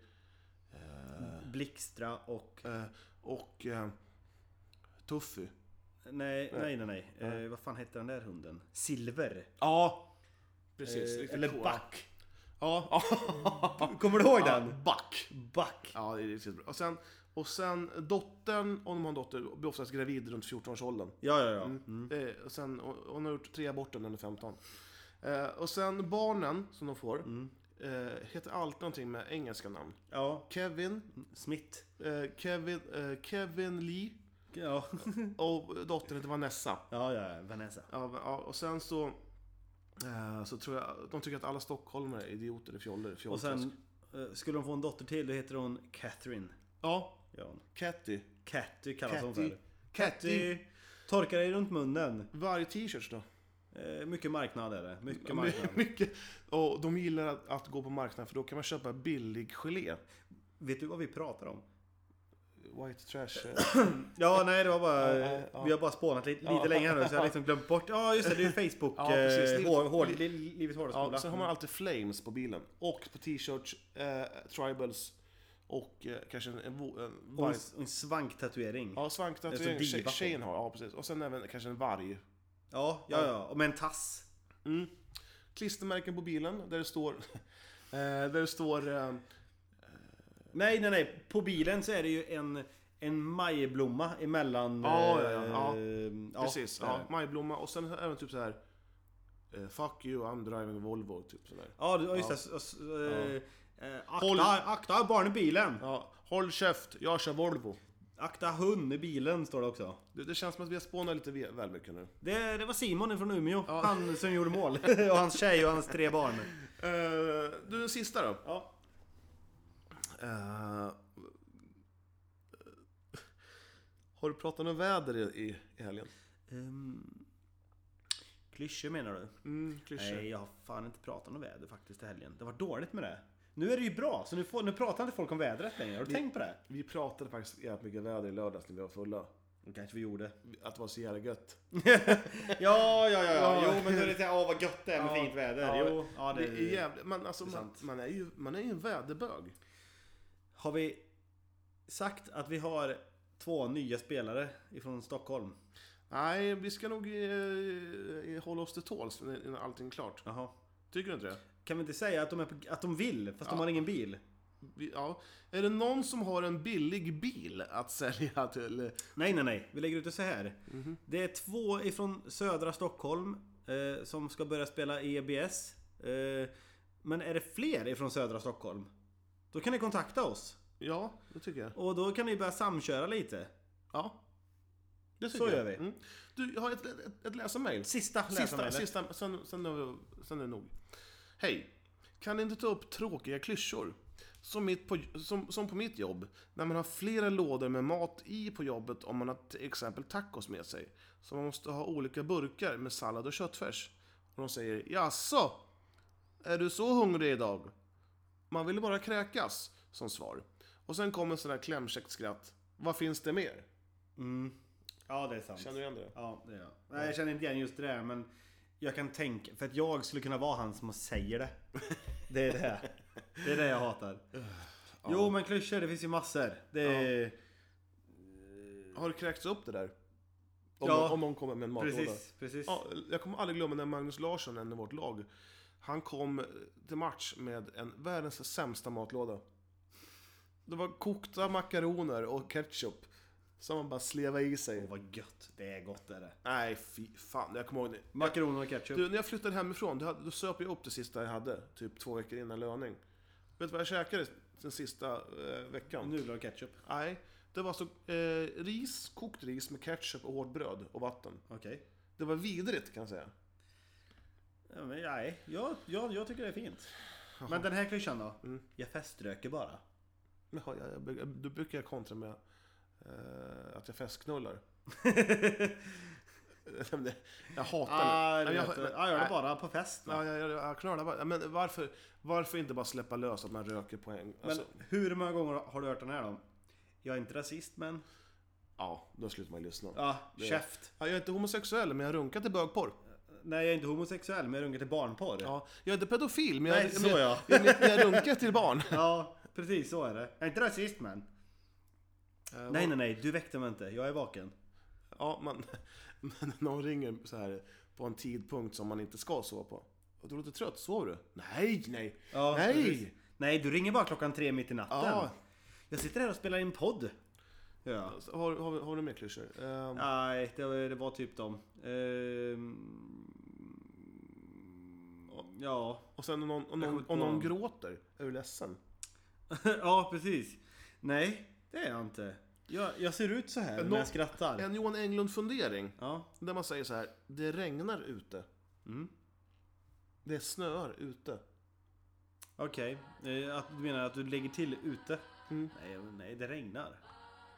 Blixtra och...
Eh, och... Eh, Tuffy.
Nej, nej, nej. nej. Eh, vad fan hette den där hunden? Silver.
Ja, precis.
Eh,
Riktigt
eller
cool.
Back.
Ja, *laughs*
Kommer du ihåg
ja.
den?
Back.
Back.
Ja, det är riktigt bra. Och sen, och sen dottern, om de har en dotter, blir oftast gravid runt 14-årsåldern.
Ja, ja, ja.
Eh, och sen, och, hon har gjort tre aborter när hon är 15. Eh, och sen barnen som de får, eh, heter alltid någonting med engelska namn.
Ja,
Kevin,
Smith.
eh, Kevin, eh, Kevin Lee
Ja.
och dottern heter Vanessa.
ja, ja, Vanessa.
Ja, va- ja, och sen så, eh, så tror jag, de tycker att alla stockholmare är idioter och fjoller.
Och
fjolltrask.
sen eh, skulle de få en dotter till, då heter hon Catherine.
ja,
Ja.
Catty.
Catty kallas hon
Catty.
för. Catty. Torka dig runt munnen.
Varje t-shirt då?
Eh, mycket marknad är det. Mycket marknad.
*laughs* Mycket. Och de gillar att, att gå på marknaden för då kan man köpa billig gelé.
Vet du vad vi pratar om?
White trash. eh,
Ja, nej det var bara...
Ja, ja, ja.
Vi har bara spånat lite, lite
Ja.
längre här nu så jag har liksom glömt bort... Ja just det, det är *laughs* ju Facebook.
Ja, precis.
eh,
Livet-
hår, hår, li, livets hårda skola.
ja, sen har man alltid flames på bilen. Och på t-shirts, eh, tribals och eh, kanske en, en, vo- en
Och
varg.
en, och en svanktatuering. Mm. Ja.
Ja, svanktatuering.
Alltså, diva
Tje-
på.
Tjejen har, ja precis. Och sen även kanske en varg.
ja, ja, Och med en tass.
Klistermärken på bilen där det står... *laughs* eh, där det står... Eh,
Nej, nej, nej. På bilen så är det ju en, en majblomma emellan...
Ja, ja, ja, ja.
eh,
precis,
det är
ja,
det.
majblomma. Och sen även typ så här... Eh, fuck you, I'm driving Volvo. Typ sådär.
Ja, det- ja, just
Ja.
det. Så- så- eh, eh,
Håll-
Akta, akta barn i bilen!
Ja, håll käft, jag kör Volvo.
Akta hund i bilen står det också.
Det, det känns som att vi har spånat lite ve- väl mycket nu.
Det, det var Simon från Umeå. Han som gjorde
*laughs*
mål. och hans tjej och hans tre barn.
Eh, du, den sista då.
Ja.
Eh, har du pratat om väder i, i, i helgen?
Um, klyschor menar du?
Mm,
Nej, jag har fan inte pratat om väder faktiskt i helgen. Det var dåligt med det. Nu är det ju bra, så nu, får, nu pratar inte folk om vädret längre. Har du tänkt på det?
Vi pratade faktiskt jävligt mycket väder i lördags när vi var fulla.
Det kanske vi gjorde.
Att det var så jävla gött.
*laughs* Ja, ja, ja,
Ja.
ja. Jo, men då är det såhär, åh vad gött det är med
Ja.
fint väder. Jo, ja, det,
är jävligt, men alltså,
det är
man,
sant.
man, är ju, man är ju en väderbög.
Har vi sagt att vi har två nya spelare ifrån Stockholm?
Nej, vi ska nog eh, eh, hålla oss till tåls innan innan allting är klart.
Jaha.
Tycker du inte det?
Kan vi inte säga att de, är på, att de vill, fast de har ingen bil?
Vi, ja. Är det någon som har en billig bil att sälja till?
Nej, nej, nej. Vi lägger ut det så här. Det är två ifrån södra Stockholm eh, som ska börja spela EBS. Eh, men är det fler ifrån södra Stockholm? Då kan ni kontakta oss.
Ja, det tycker jag.
Och då kan ni börja samköra lite.
Ja. Det
Så
tycker jag.
gör vi.
Mm. Du, jag har ett, ett, ett läsarmail.
Sista
Sista,
läsarmejlet.
sista sen, sen, är- sen är det nog. Hej! Kan ni inte ta upp tråkiga klyschor? Som, mitt på, som, som på mitt jobb, när man har flera lådor med mat i på jobbet om man har till exempel tacos med sig. Så man måste ha olika burkar med sallad och köttfärs. Och de säger ”Jaså? Är du så hungrig idag?” Man ville bara kräkas, som svar. Och sen kommer sådär klämkäckt skratt. Vad finns det mer?
Ja, det är sant.
Känner du igen det?
Ja, det gör jag. Nej, jag känner inte igen just det där, men jag kan tänka... För att jag skulle kunna vara han som säger
*laughs*
det. Det är det. här. Det är det jag hatar. Jo, men klyschor, det finns ju massor. Det är...
Har det kräkts upp det där? Om,
Ja.
någon, om någon kommer med en matlåda?
Precis, precis.
Ja, jag kommer aldrig glömma när Magnus Larsson, en i vårt lag, han kom till match med en världens sämsta matlåda. Det var kokta makaroner och ketchup som man bara slevade i sig.
Åh, vad gött. Det är gott, det är det.
Nej, fy fan. Jag kommer ihåg det.
Makaroner och ketchup.
Du, när jag flyttade hemifrån, då, hade- då söp jag upp det sista jag hade. Typ två veckor innan löning. Vet du vad jag käkade den sista eh, veckan?
Nudlar och ketchup.
Nej, det var så eh, ris, kokt ris med ketchup och hårt bröd och vatten.
Okej.
Det var vidrigt kan jag säga.
Ja, men nej, jag, jag, jag tycker det är fint. Men den här klyschan då?
Mm.
Jag feströker
*laughs*
bara.
Jaha, jag, jag, bruk- jag, då brukar jag kontra med eh, att jag festknullar. Nej, *laughs* men det- jag hatar
Ah,
Nej,
du
men
vet,
men-
ja, gör det
nej.
bara på fest. va?
Ja, jag, jag, jag knullar bara. Ja, Men varför, varför inte bara släppa lös att man röker på en
Men
alltså,
hur många gånger har du hört den här då? Jag är inte rasist men...
Ja, då slutar man ju lyssna. Ja.
Ja,
Det-
käft.
jag är inte homosexuell, men jag runkar till bögporr.
Nej, jag är inte homosexuell men jag runkar till barnporr. Ja.
Ja, jag är inte pedofil, men jag,
Nej, så
men,
ja. Eh,
jag, men jag runkar
*laughs*
till barn.
precis så är det. Jag är inte rasist men. nej, nej, nej. Du väckte mig inte. Jag är vaken.
Ja, man, men *laughs* när någon ringer så här på en tidpunkt som man inte ska sova på. Och du låter trött, sover du? Nej, nej,
Ja, precis.
nej!
Nej, du ringer bara klockan tre mitt i natten.
Ja.
Jag sitter här och spelar in podd. Ja.
Så Har, har, vi- har du mer klyschor? Ehm,
Nej, det var, det var typ dem. Ehm, ja. *laughs*
Och sen om någon, om
Jag kommer
någon,
inte
om
på
någon
någon.
gråter, är du ledsen?
ja, precis. Nej, det är jag inte. Jag, jag ser ut så här
Nå-
när jag skrattar.
En Johan Englund-fundering,
Ja,
där man säger så här, det regnar ute.
Mm.
Det snöar ute.
okej. Eh, att Du menar att du lägger till ute? Nej, nej, det regnar.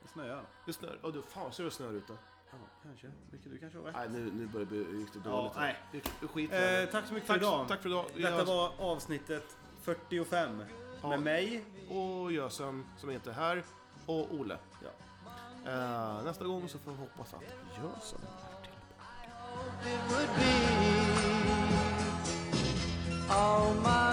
Det snöar.
Det snöar, ja du, fan ser du snöar ute?
Ja, kanske. Mycket du kanske har rätt.
Nej, nu, nu börjar det bli, gick det
Ja,
dåligt.
nej.
Vi- vi skiter i det.
Eh, tack så mycket
tack,
för idag.
tack för idag. Vi
Detta
hörs.
var avsnittet 45.
Ja.
Med mig.
och Gösen som inte är här och Ole.
Ja.
Eh, nästa gång så får vi hoppas att Gösen är till.
it would be. All my